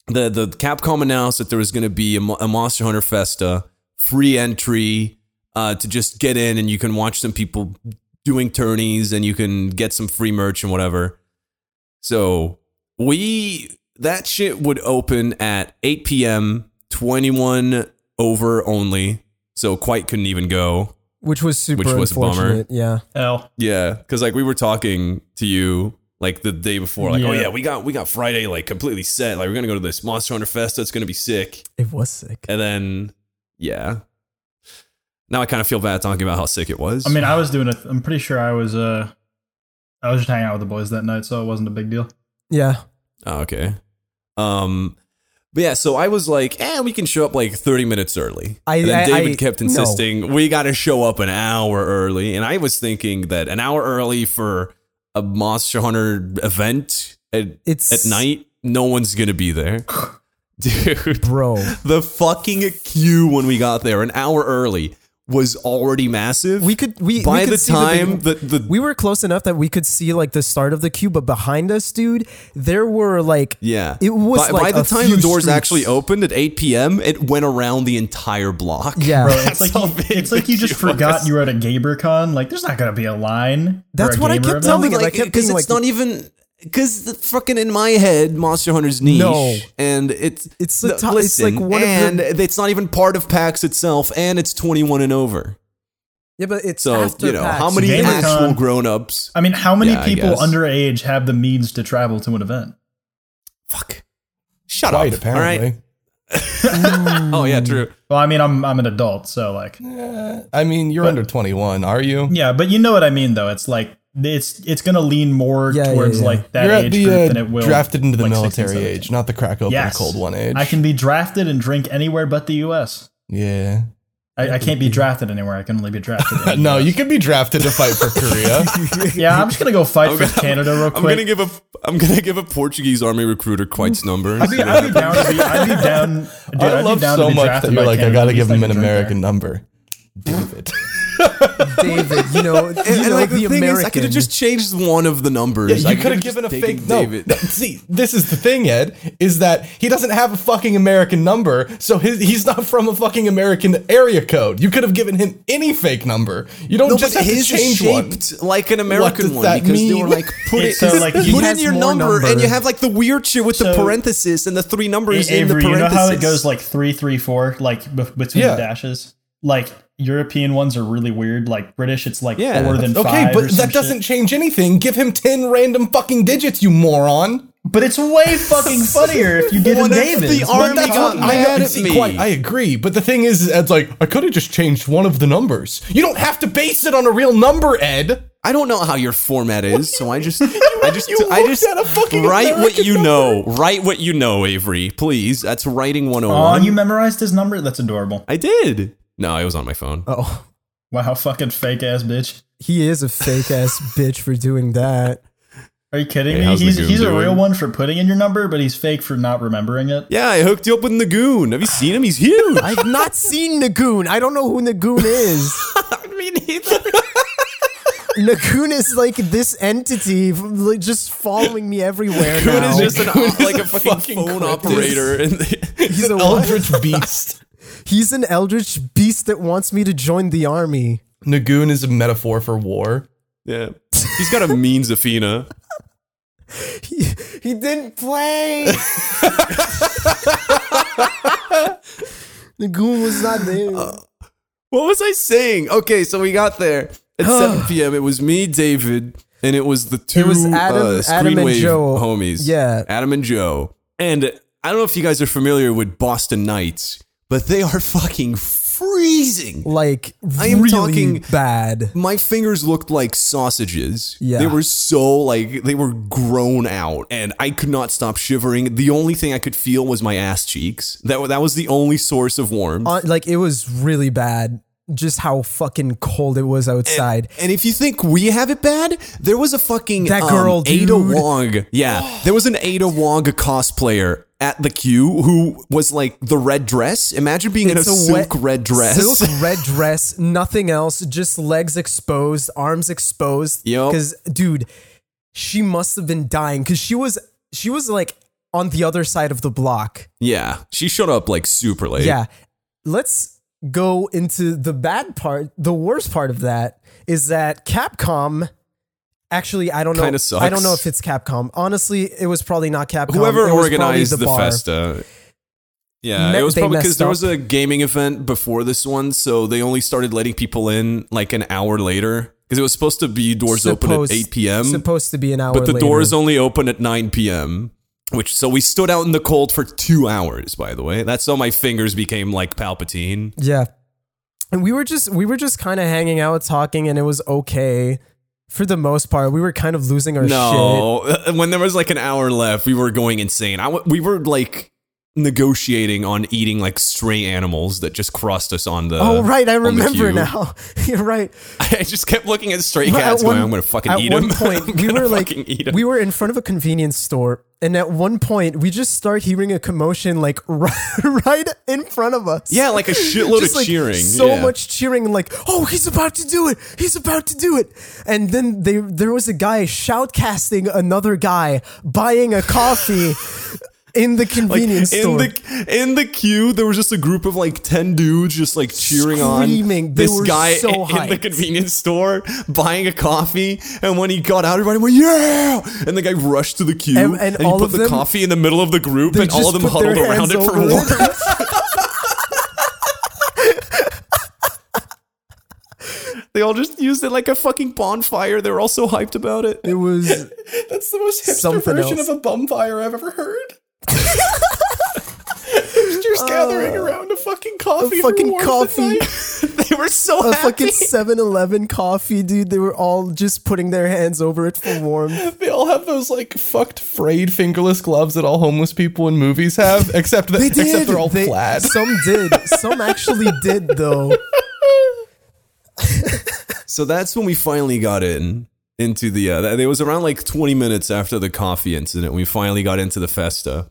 Speaker 2: The the Capcom announced that there was going to be a, Mo- a Monster Hunter Festa free entry uh, to just get in and you can watch some people doing tourneys and you can get some free merch and whatever. So we that shit would open at 8 p.m. 21 over only. So quite couldn't even go.
Speaker 1: Which was super
Speaker 2: Which was a bummer.
Speaker 1: unfortunate. Yeah.
Speaker 3: L.
Speaker 2: Yeah, because like we were talking to you like the day before, like oh
Speaker 3: Yeah.
Speaker 2: yeah, we got we got Friday like completely set. Like we're gonna go to this Monster Hunter Festa. It's gonna be sick.
Speaker 1: It was sick.
Speaker 2: And then yeah, now I kind of feel bad talking about how sick it was.
Speaker 3: I mean, I was doing it. I'm pretty sure I was. Uh, I was just hanging out with the boys that night, so it wasn't a big deal.
Speaker 1: Yeah.
Speaker 2: oh, okay. Um, but yeah, so I was like, eh, we can show up like thirty minutes early.
Speaker 1: I-
Speaker 2: and then
Speaker 1: I-
Speaker 2: David
Speaker 1: I-
Speaker 2: kept
Speaker 1: no.
Speaker 2: insisting we got to show up an hour early, and I was thinking that an hour early for a Monster Hunter event. It,
Speaker 1: It's
Speaker 2: at night, no one's gonna be there. Dude,
Speaker 1: Bro.
Speaker 2: the fucking queue when we got there an hour early was already massive.
Speaker 1: We could we
Speaker 2: by
Speaker 1: we could
Speaker 2: the
Speaker 1: see
Speaker 2: time
Speaker 1: big-
Speaker 2: the, the,
Speaker 1: we were close enough that we could see like the start of the queue, but behind us, dude, there were like
Speaker 2: yeah,
Speaker 1: It was
Speaker 2: by,
Speaker 1: like
Speaker 2: by the
Speaker 1: a
Speaker 2: time
Speaker 1: few
Speaker 2: the doors
Speaker 1: streets.
Speaker 2: actually opened at 8 p.m. It went around the entire block.
Speaker 1: Yeah.
Speaker 3: Bro, it's like
Speaker 2: how
Speaker 3: you,
Speaker 2: big
Speaker 3: it's like you
Speaker 2: the
Speaker 3: just
Speaker 2: queue
Speaker 3: forgot
Speaker 2: was.
Speaker 3: you were at a GaberCon. Like, there's not gonna be a line. for
Speaker 1: That's
Speaker 3: a
Speaker 1: what I
Speaker 3: Gamer event.
Speaker 1: kept telling-
Speaker 2: Like,
Speaker 1: I kept
Speaker 2: because
Speaker 1: being
Speaker 2: it's
Speaker 1: like-
Speaker 2: not even because the fucking in my head, Monster Hunter's niche,
Speaker 1: No.
Speaker 2: and it's
Speaker 1: It's the
Speaker 2: no,
Speaker 1: to- it's like
Speaker 2: listen,
Speaker 1: one of
Speaker 2: and
Speaker 1: the-
Speaker 2: it's not even part of PAX itself, and it's 21 and over.
Speaker 1: Yeah, but it's
Speaker 2: So
Speaker 1: after
Speaker 2: you know
Speaker 1: PAX.
Speaker 2: how many
Speaker 3: Gamer
Speaker 2: actual
Speaker 3: Con.
Speaker 2: grown-ups?
Speaker 3: I mean, how many
Speaker 2: Yeah, I
Speaker 3: people
Speaker 2: guess.
Speaker 3: underage have the means to travel to an event?
Speaker 2: Fuck. Shut
Speaker 4: Right,
Speaker 2: up. All right.
Speaker 4: apparently.
Speaker 2: Oh yeah, true.
Speaker 3: Well, I mean, I'm I'm an adult, so like,
Speaker 4: I mean, you're under 21, are you?
Speaker 3: yeah, but you know what I mean, though. It's like it's it's gonna lean more
Speaker 1: Yeah, yeah,
Speaker 3: towards
Speaker 1: yeah.
Speaker 3: like that
Speaker 4: You're at
Speaker 3: age
Speaker 4: the
Speaker 3: group
Speaker 4: uh,
Speaker 3: than it will
Speaker 4: drafted into the
Speaker 3: like, 16,
Speaker 4: military
Speaker 3: 17.
Speaker 4: age, not the crack open
Speaker 3: Yes.
Speaker 4: cold one age.
Speaker 3: I can be drafted and drink anywhere but the U.S.
Speaker 4: yeah.
Speaker 3: I, I can't be drafted anywhere. I can only be drafted. in the
Speaker 4: No,
Speaker 3: US.
Speaker 4: you could be drafted to fight for Korea.
Speaker 3: Yeah, I'm just gonna go fight
Speaker 2: I'm
Speaker 3: for
Speaker 2: gonna-
Speaker 3: Canada real
Speaker 2: I'm gonna
Speaker 3: quick.
Speaker 2: give a I'm gonna give a Portuguese army recruiter Quite's number. and
Speaker 3: I'd
Speaker 2: see
Speaker 3: be,
Speaker 2: what
Speaker 3: I'd
Speaker 2: happens.
Speaker 3: be down to be. I'd be down. Dude,
Speaker 4: I
Speaker 3: would
Speaker 4: love
Speaker 3: be down to
Speaker 4: so
Speaker 3: be
Speaker 4: much that
Speaker 3: drafted
Speaker 4: you're
Speaker 3: by
Speaker 4: like, I
Speaker 3: Canada
Speaker 4: gotta
Speaker 3: at
Speaker 4: give
Speaker 3: least
Speaker 4: him
Speaker 3: I
Speaker 4: an
Speaker 3: can drink
Speaker 4: American number. David.
Speaker 1: David, you know, you
Speaker 2: And,
Speaker 1: know
Speaker 2: like the, thing
Speaker 1: American.
Speaker 2: is, I could have just changed one of the numbers. I
Speaker 4: you could
Speaker 2: could've
Speaker 4: have given a
Speaker 2: just
Speaker 4: fake
Speaker 2: taken
Speaker 4: no,
Speaker 2: David.
Speaker 4: th- See, this is the thing, Ed, is that he doesn't have a fucking American number, so his, he's not from a fucking American area code. You could have given him any fake number. You don't
Speaker 2: No,
Speaker 4: just
Speaker 2: but
Speaker 4: have to
Speaker 2: his is
Speaker 4: change one.
Speaker 2: shaped like an American
Speaker 4: does
Speaker 2: one
Speaker 4: that
Speaker 2: because they were
Speaker 4: mean?
Speaker 2: like put it
Speaker 3: It's so, like, he
Speaker 2: put in
Speaker 1: has
Speaker 2: your
Speaker 1: more
Speaker 2: number, and
Speaker 1: number.
Speaker 2: you have like the weird shit with the
Speaker 3: So-
Speaker 2: parenthesis and the three numbers
Speaker 3: A-
Speaker 2: in the
Speaker 3: Avery, you know
Speaker 2: parenthesis.
Speaker 3: how it goes like three, three, four, like b- between
Speaker 4: Yeah.
Speaker 3: the dashes. Like European ones are really weird. Like British, it's like
Speaker 2: Yeah.
Speaker 3: four then
Speaker 4: Okay,
Speaker 3: five. or
Speaker 4: but
Speaker 3: some
Speaker 4: that
Speaker 3: shit.
Speaker 4: doesn't change anything. Give him 10 random fucking digits, you moron.
Speaker 3: But it's way fucking funnier if you get a
Speaker 2: What if
Speaker 3: David.
Speaker 2: the army
Speaker 4: That's
Speaker 2: got
Speaker 4: what I
Speaker 2: mad
Speaker 4: know-
Speaker 2: at
Speaker 4: see,
Speaker 2: me.
Speaker 4: Quite, I agree, but the thing is, is Ed's like, I could have just changed one of the numbers. You don't have to base it on a real number, Ed.
Speaker 2: I don't know how your format is, so I just, I just,
Speaker 4: you
Speaker 2: I
Speaker 4: looked
Speaker 2: just
Speaker 4: at a fucking
Speaker 2: write what
Speaker 4: American
Speaker 2: you know. Write what you know, Avery. Please, that's writing one hundred and
Speaker 3: Oh,
Speaker 2: one.
Speaker 3: you memorized his number? That's adorable.
Speaker 2: I did. No, it was on my phone.
Speaker 1: Oh,
Speaker 3: Wow, fucking fake ass bitch.
Speaker 1: he is a fake ass bitch for doing that.
Speaker 3: Are you kidding
Speaker 2: Hey,
Speaker 3: me?
Speaker 2: how's
Speaker 3: He's
Speaker 2: Nagoon
Speaker 3: he's a
Speaker 2: doing?
Speaker 3: real one for putting in your number, but he's fake for not remembering it.
Speaker 2: Yeah, I hooked you up with Nagoon. Have you seen him? He's huge.
Speaker 1: I've not seen Nagoon. I don't know who Nagoon is.
Speaker 2: mean, he's-
Speaker 1: Nagoon is like this entity, like just following me everywhere.
Speaker 2: Nagoon
Speaker 1: now.
Speaker 2: is just an, like a fucking,
Speaker 4: fucking
Speaker 2: phone
Speaker 4: cryptid.
Speaker 2: operator. And
Speaker 1: he's a what?
Speaker 4: Eldritch Beast.
Speaker 1: He's an eldritch beast that wants me to join the army.
Speaker 4: Nagoon is a metaphor for war.
Speaker 2: yeah, he's got a mean Zafina.
Speaker 1: He, he didn't play. Nagoon was not there.
Speaker 2: Uh, What was I saying? Okay, so we got there at 7 p.m. It was me, David, and it was the two
Speaker 1: was Adam-
Speaker 2: uh,
Speaker 1: Adam and
Speaker 2: Screenwave
Speaker 1: Joe.
Speaker 2: homies.
Speaker 1: Yeah.
Speaker 2: Adam and Joe. And I don't know if you guys are familiar with Boston Nights, but they are fucking freezing.
Speaker 1: like
Speaker 2: I am
Speaker 1: really
Speaker 2: talking-
Speaker 1: bad.
Speaker 2: My fingers looked like sausages.
Speaker 1: Yeah.
Speaker 2: They were so like they were grown out and I could not stop shivering. The only thing I could feel was my ass cheeks. That that was the only source of warmth.
Speaker 1: Uh, like it was really bad. Just how fucking cold it was outside.
Speaker 2: And if you think we have it bad, there was a fucking
Speaker 1: That girl,
Speaker 2: um, Ada
Speaker 1: dude.
Speaker 2: Wong. Yeah, there was an Ada Wong cosplayer at the queue who was like the red dress. Imagine being in a, silk red dress.
Speaker 1: silk red dress, nothing else, just legs exposed, arms exposed.
Speaker 2: Yup.
Speaker 1: because dude, she must have been dying because she was she was like on the other side of the block.
Speaker 2: Yeah, she showed up like super late.
Speaker 1: Yeah. Let's go into the bad part. The worst part of that is that Capcom actually I don't know
Speaker 2: Kinda sucks.
Speaker 1: I don't know if it's Capcom. Honestly, it was probably not Capcom.
Speaker 2: whoever
Speaker 1: It was probably
Speaker 2: organized the,
Speaker 1: bar.
Speaker 2: festa. Yeah,
Speaker 1: Me-
Speaker 2: it was
Speaker 1: they
Speaker 2: probably because
Speaker 1: messed
Speaker 2: there was
Speaker 1: up.
Speaker 2: a gaming event before this one, so they only started letting people in like an hour later because it was supposed to be doors open at
Speaker 1: Supposed-
Speaker 2: eight p.m.
Speaker 1: Supposed to be an hour
Speaker 2: but the
Speaker 1: later.
Speaker 2: doors only open at 9 p.m which so we stood out in the cold for two hours by the way that's how my fingers became like palpatine
Speaker 1: Yeah. And we were just we were just kind of hanging out talking and it was okay for the most part. We were kind of losing our Oh, shit.
Speaker 2: no when there was like an hour left we were going insane I w- we were like negotiating on eating like stray animals that just crossed us on the
Speaker 1: Oh right, I
Speaker 2: on the
Speaker 1: remember
Speaker 2: queue.
Speaker 1: now. You're right.
Speaker 2: i just kept looking at stray
Speaker 1: Well, at
Speaker 2: cats going
Speaker 1: one-
Speaker 2: i'm gonna fucking
Speaker 1: at
Speaker 2: eat
Speaker 1: one
Speaker 2: them
Speaker 1: point, we were like,
Speaker 2: eat 'em."
Speaker 1: we were in front of a convenience store, and at one point, we just start hearing a commotion like right, right in front of us.
Speaker 2: yeah like a shitload
Speaker 1: Just,
Speaker 2: of
Speaker 1: like,
Speaker 2: cheering
Speaker 1: So
Speaker 2: yeah.
Speaker 1: much cheering, like, oh, he's about to do it. He's about to do it. And then they, there was a guy shoutcasting another guy buying a coffee in the
Speaker 2: Like,
Speaker 1: convenience
Speaker 2: in
Speaker 1: store.
Speaker 2: the in the queue, there was just a group of like ten dudes just like cheering on
Speaker 1: Screaming. They
Speaker 2: this
Speaker 1: were
Speaker 2: guy
Speaker 1: so
Speaker 2: in the
Speaker 1: hyped.
Speaker 2: convenience store buying a coffee. And when he got out, everybody went yeah, and the guy rushed to the queue
Speaker 1: And-
Speaker 2: and, he
Speaker 1: and all
Speaker 2: put
Speaker 1: of
Speaker 2: the
Speaker 1: them-
Speaker 2: coffee in the middle of the group,
Speaker 1: They
Speaker 2: and all
Speaker 1: just
Speaker 2: of them
Speaker 1: put
Speaker 2: huddled
Speaker 1: their
Speaker 2: around
Speaker 1: hands
Speaker 2: it for
Speaker 1: over
Speaker 2: warmth.
Speaker 1: it.
Speaker 2: They all just used it like a fucking bonfire. They were all so hyped about it.
Speaker 1: It was
Speaker 4: That's the most hipster
Speaker 1: Something
Speaker 4: version
Speaker 1: else.
Speaker 4: of a bumfire I've ever heard. Hipsters gathering around a fucking coffee.
Speaker 1: fucking
Speaker 4: for warmth at
Speaker 1: coffee.
Speaker 4: night.
Speaker 2: they were so
Speaker 1: a
Speaker 2: happy.
Speaker 1: fucking 7-Eleven coffee, dude. They were all just putting their hands over it for warmth.
Speaker 4: They all have those like fucked frayed fingerless gloves that all homeless people in movies have, except that
Speaker 1: They did.
Speaker 4: except they're all
Speaker 1: They-
Speaker 4: plaid.
Speaker 1: Some did. Some actually did, though.
Speaker 2: So that's when we finally got in into the. Uh, it was around like 20 minutes after the coffee incident. We finally got into the festa,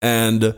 Speaker 2: and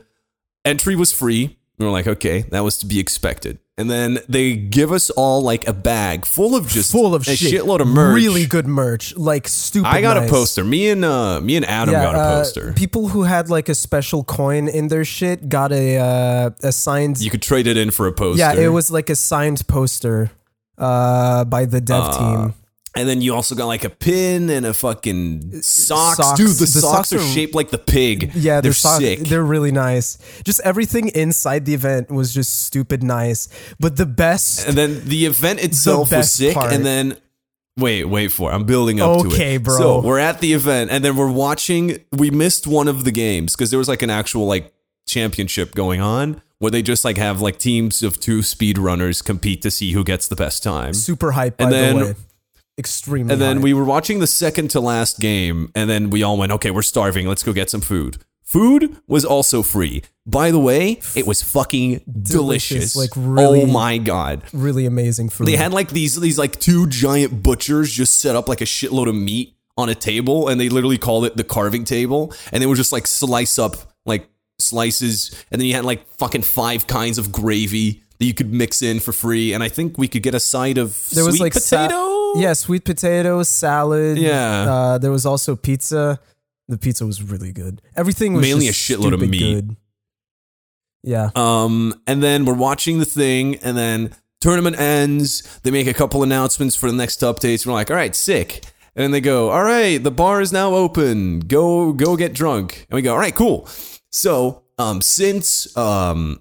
Speaker 2: entry was free. We were like, okay, that was to be expected. And then they give us all like a bag full of just
Speaker 1: Full of
Speaker 2: a
Speaker 1: shit.
Speaker 2: shitload of merch.
Speaker 1: Really good merch. Like stupid.
Speaker 2: I got
Speaker 1: nice.
Speaker 2: a poster. Me and uh, me and Adam got a
Speaker 1: uh,
Speaker 2: poster.
Speaker 1: people who had like a special coin in their shit got a uh, a signed.
Speaker 2: you could trade it in for a poster.
Speaker 1: yeah, it was like a signed poster uh, by the dev
Speaker 2: Ah,
Speaker 1: team.
Speaker 2: And then you also got like a pin and a fucking socks.
Speaker 1: Socks.
Speaker 2: Dude, the,
Speaker 1: The
Speaker 2: socks,
Speaker 1: socks
Speaker 2: are,
Speaker 1: are-
Speaker 2: shaped like the pig.
Speaker 1: Yeah,
Speaker 2: they're,
Speaker 1: they're so-
Speaker 2: sick.
Speaker 1: They're really nice. Just everything inside the event was just stupid nice. But the best,
Speaker 2: and then the event itself was
Speaker 1: best
Speaker 2: sick.
Speaker 1: part.
Speaker 2: And then wait, wait for it. I'm building up to it.
Speaker 1: Okay, bro.
Speaker 2: So we're at the event, and then we're watching. We missed one of the games because there was like an actual like championship going on where they just like have like teams of two speedrunners compete to see who gets the best time.
Speaker 1: super hype. By
Speaker 2: and then-
Speaker 1: the way, extremely.
Speaker 2: And then
Speaker 1: hype.
Speaker 2: we were watching the second to last game, and then we all went, okay, we're starving. Let's go get some food. Food was also free. By the way, it was fucking delicious.
Speaker 1: Delicious, like, really-
Speaker 2: oh my god.
Speaker 1: really amazing food.
Speaker 2: They had like these these like two giant butchers just set up like a shitload of meat on a table, and they literally called it the carving table. And they would just like slice up like slices, and then you had like fucking five kinds of gravy that you could mix in for free. And I think we could get a side of
Speaker 1: there
Speaker 2: sweet
Speaker 1: was like sa-
Speaker 2: potato.
Speaker 1: yeah, sweet potato salad.
Speaker 2: Yeah.
Speaker 1: uh, there was also pizza. The pizza was really good. Everything was
Speaker 2: Mainly
Speaker 1: just
Speaker 2: a shitload of
Speaker 1: stupid
Speaker 2: meat.
Speaker 1: Good. Yeah,
Speaker 2: Um, and then we're watching the thing, and then tournament ends. They make a couple announcements for the next updates. We're like, all right, sick. And then they go, all right, the bar is now open. Go, go get drunk. And we go, all right, cool. So, um, since um,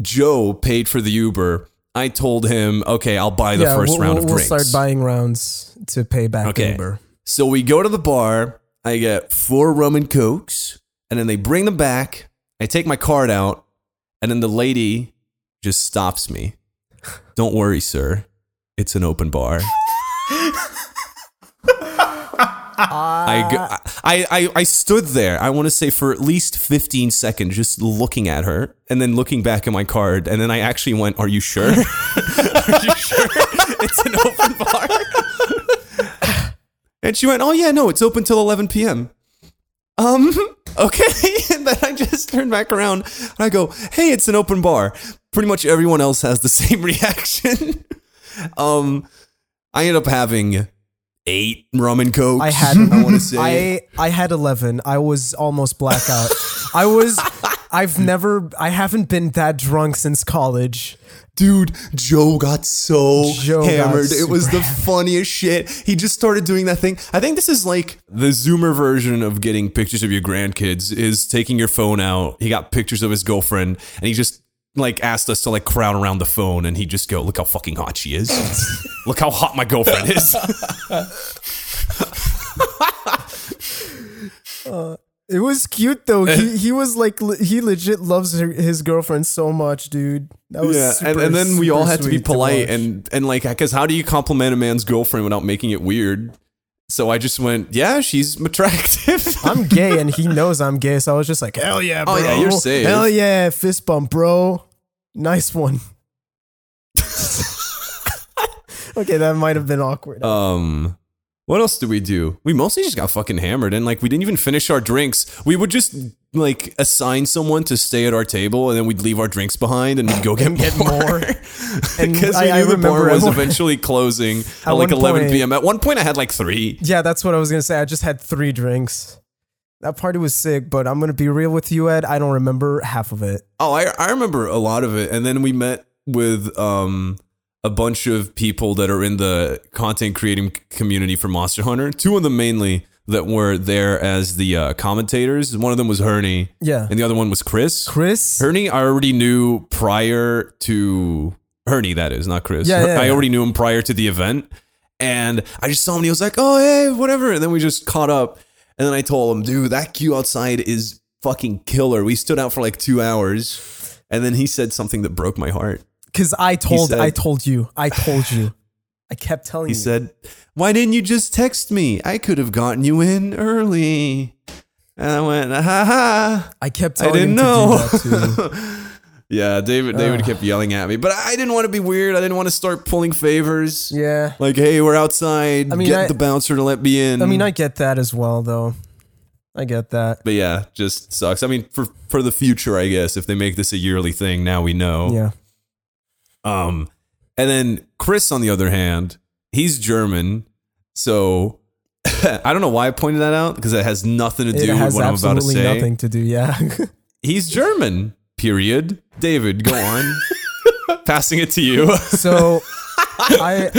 Speaker 2: Joe paid for the Uber, I told him, okay, I'll buy the
Speaker 1: yeah,
Speaker 2: 1st
Speaker 1: we'll,
Speaker 2: round
Speaker 1: we'll,
Speaker 2: of
Speaker 1: we'll
Speaker 2: drinks.
Speaker 1: start buying rounds to pay back
Speaker 2: Okay.
Speaker 1: Uber.
Speaker 2: So we go to the bar. I get four rum and cokes, and then they bring them back. I take my card out, and then the lady just stops me. Don't worry, sir. It's an open bar. I, go- I, I, I stood there, I want to say for at least 15 seconds, just looking at her and then looking back at my card. And then I actually went, Are you sure? Are you sure? It's an open bar. And she went, "Oh yeah, no, it's open till 11 p.m." Um, okay. And then I just turned back around and I go, "Hey, it's an open bar." Pretty much everyone else has the same reaction. um, I ended up having eight rum and coke.
Speaker 1: I had.
Speaker 2: I want to say.
Speaker 1: I I had eleven. I was almost blackout. I was. I've never. I haven't been that drunk since college.
Speaker 2: Dude, Joe got so
Speaker 1: Joe got
Speaker 2: hammered. it was
Speaker 1: super
Speaker 2: the funniest shit. He just started doing that thing. I think this is like the Zoomer version of getting pictures of your grandkids is taking your phone out. He got pictures of his girlfriend and he just like asked us to like crowd around the phone and he just go, look how fucking hot she is. look how hot my girlfriend is.
Speaker 1: It was cute though. He he was like le- he legit loves her, his girlfriend so much, dude. That was
Speaker 2: yeah,
Speaker 1: super,
Speaker 2: and, and then we all
Speaker 1: super
Speaker 2: had to be
Speaker 1: sweet
Speaker 2: polite
Speaker 1: watch.
Speaker 2: and and like because how do you compliment a man's girlfriend without making it weird? So I just went, yeah, she's attractive.
Speaker 1: I'm gay and he knows I'm gay, so I was just like, hell yeah, bro.
Speaker 2: Oh, yeah, you're safe.
Speaker 1: Hell yeah, fist bump, bro. Nice one. okay, that might have been awkward.
Speaker 2: Um, what else did we do? We mostly just got fucking hammered, and like we didn't even finish our drinks. We would just like assign someone to stay at our table, and then we'd leave our drinks behind, and we'd go get,
Speaker 1: get more.
Speaker 2: more.
Speaker 1: And
Speaker 2: Because we
Speaker 1: I- I
Speaker 2: knew the bar
Speaker 1: remember
Speaker 2: was
Speaker 1: at one-
Speaker 2: eventually closing at,
Speaker 1: At
Speaker 2: like
Speaker 1: one
Speaker 2: 11
Speaker 1: point-
Speaker 2: p.m. At one point, I had like three.
Speaker 1: yeah, that's what I was gonna say. I just had three drinks. That party was sick, but I'm gonna be real with you, Ed. I don't remember half of it.
Speaker 2: Oh, I I remember a lot of it, and then we met with um a bunch of people that are in the content creating c- community for Monster Hunter. Two of them mainly that were there as the uh, commentators. One of them was Herney,
Speaker 1: Yeah.
Speaker 2: and the other one was Chris.
Speaker 1: Chris,
Speaker 2: Herney, I already knew prior to Herney. That is not Chris.
Speaker 1: Yeah, yeah,
Speaker 2: I
Speaker 1: yeah.
Speaker 2: already knew him prior to the event, and I just saw him. and He was like, "Oh, hey, whatever," and then we just caught up. And then I told him, "Dude, that queue outside is fucking killer." We stood out for like two hours, and then he said something that broke my heart.
Speaker 1: Because I told,
Speaker 2: said-
Speaker 1: I told you, I told you, I kept telling
Speaker 2: He
Speaker 1: you.
Speaker 2: said, Why didn't you just text me? I could have gotten you in early. And I went, ha ha.
Speaker 1: I kept
Speaker 2: I
Speaker 1: telling
Speaker 2: didn't
Speaker 1: him
Speaker 2: know.
Speaker 1: to do that to me.
Speaker 2: yeah, David David kept yelling at me. But I didn't want to be weird. I didn't want to start pulling favors.
Speaker 1: Yeah.
Speaker 2: Like, hey, we're outside.
Speaker 1: I mean,
Speaker 2: Get
Speaker 1: I-
Speaker 2: the bouncer to let me in.
Speaker 1: I mean, I get that as well, though. I get that.
Speaker 2: but yeah, just sucks. I mean, for for the future, I guess, if they make this a yearly thing, now we know.
Speaker 1: Yeah.
Speaker 2: Um, and then Chris, on the other hand, he's German, so I don't know why I pointed that out because it has nothing to
Speaker 1: It
Speaker 2: do with
Speaker 1: has
Speaker 2: what I'm about to
Speaker 1: absolutely
Speaker 2: say.
Speaker 1: nothing to do. Yeah.
Speaker 2: He's German. Period. David, go on. Passing it to you.
Speaker 1: so, I,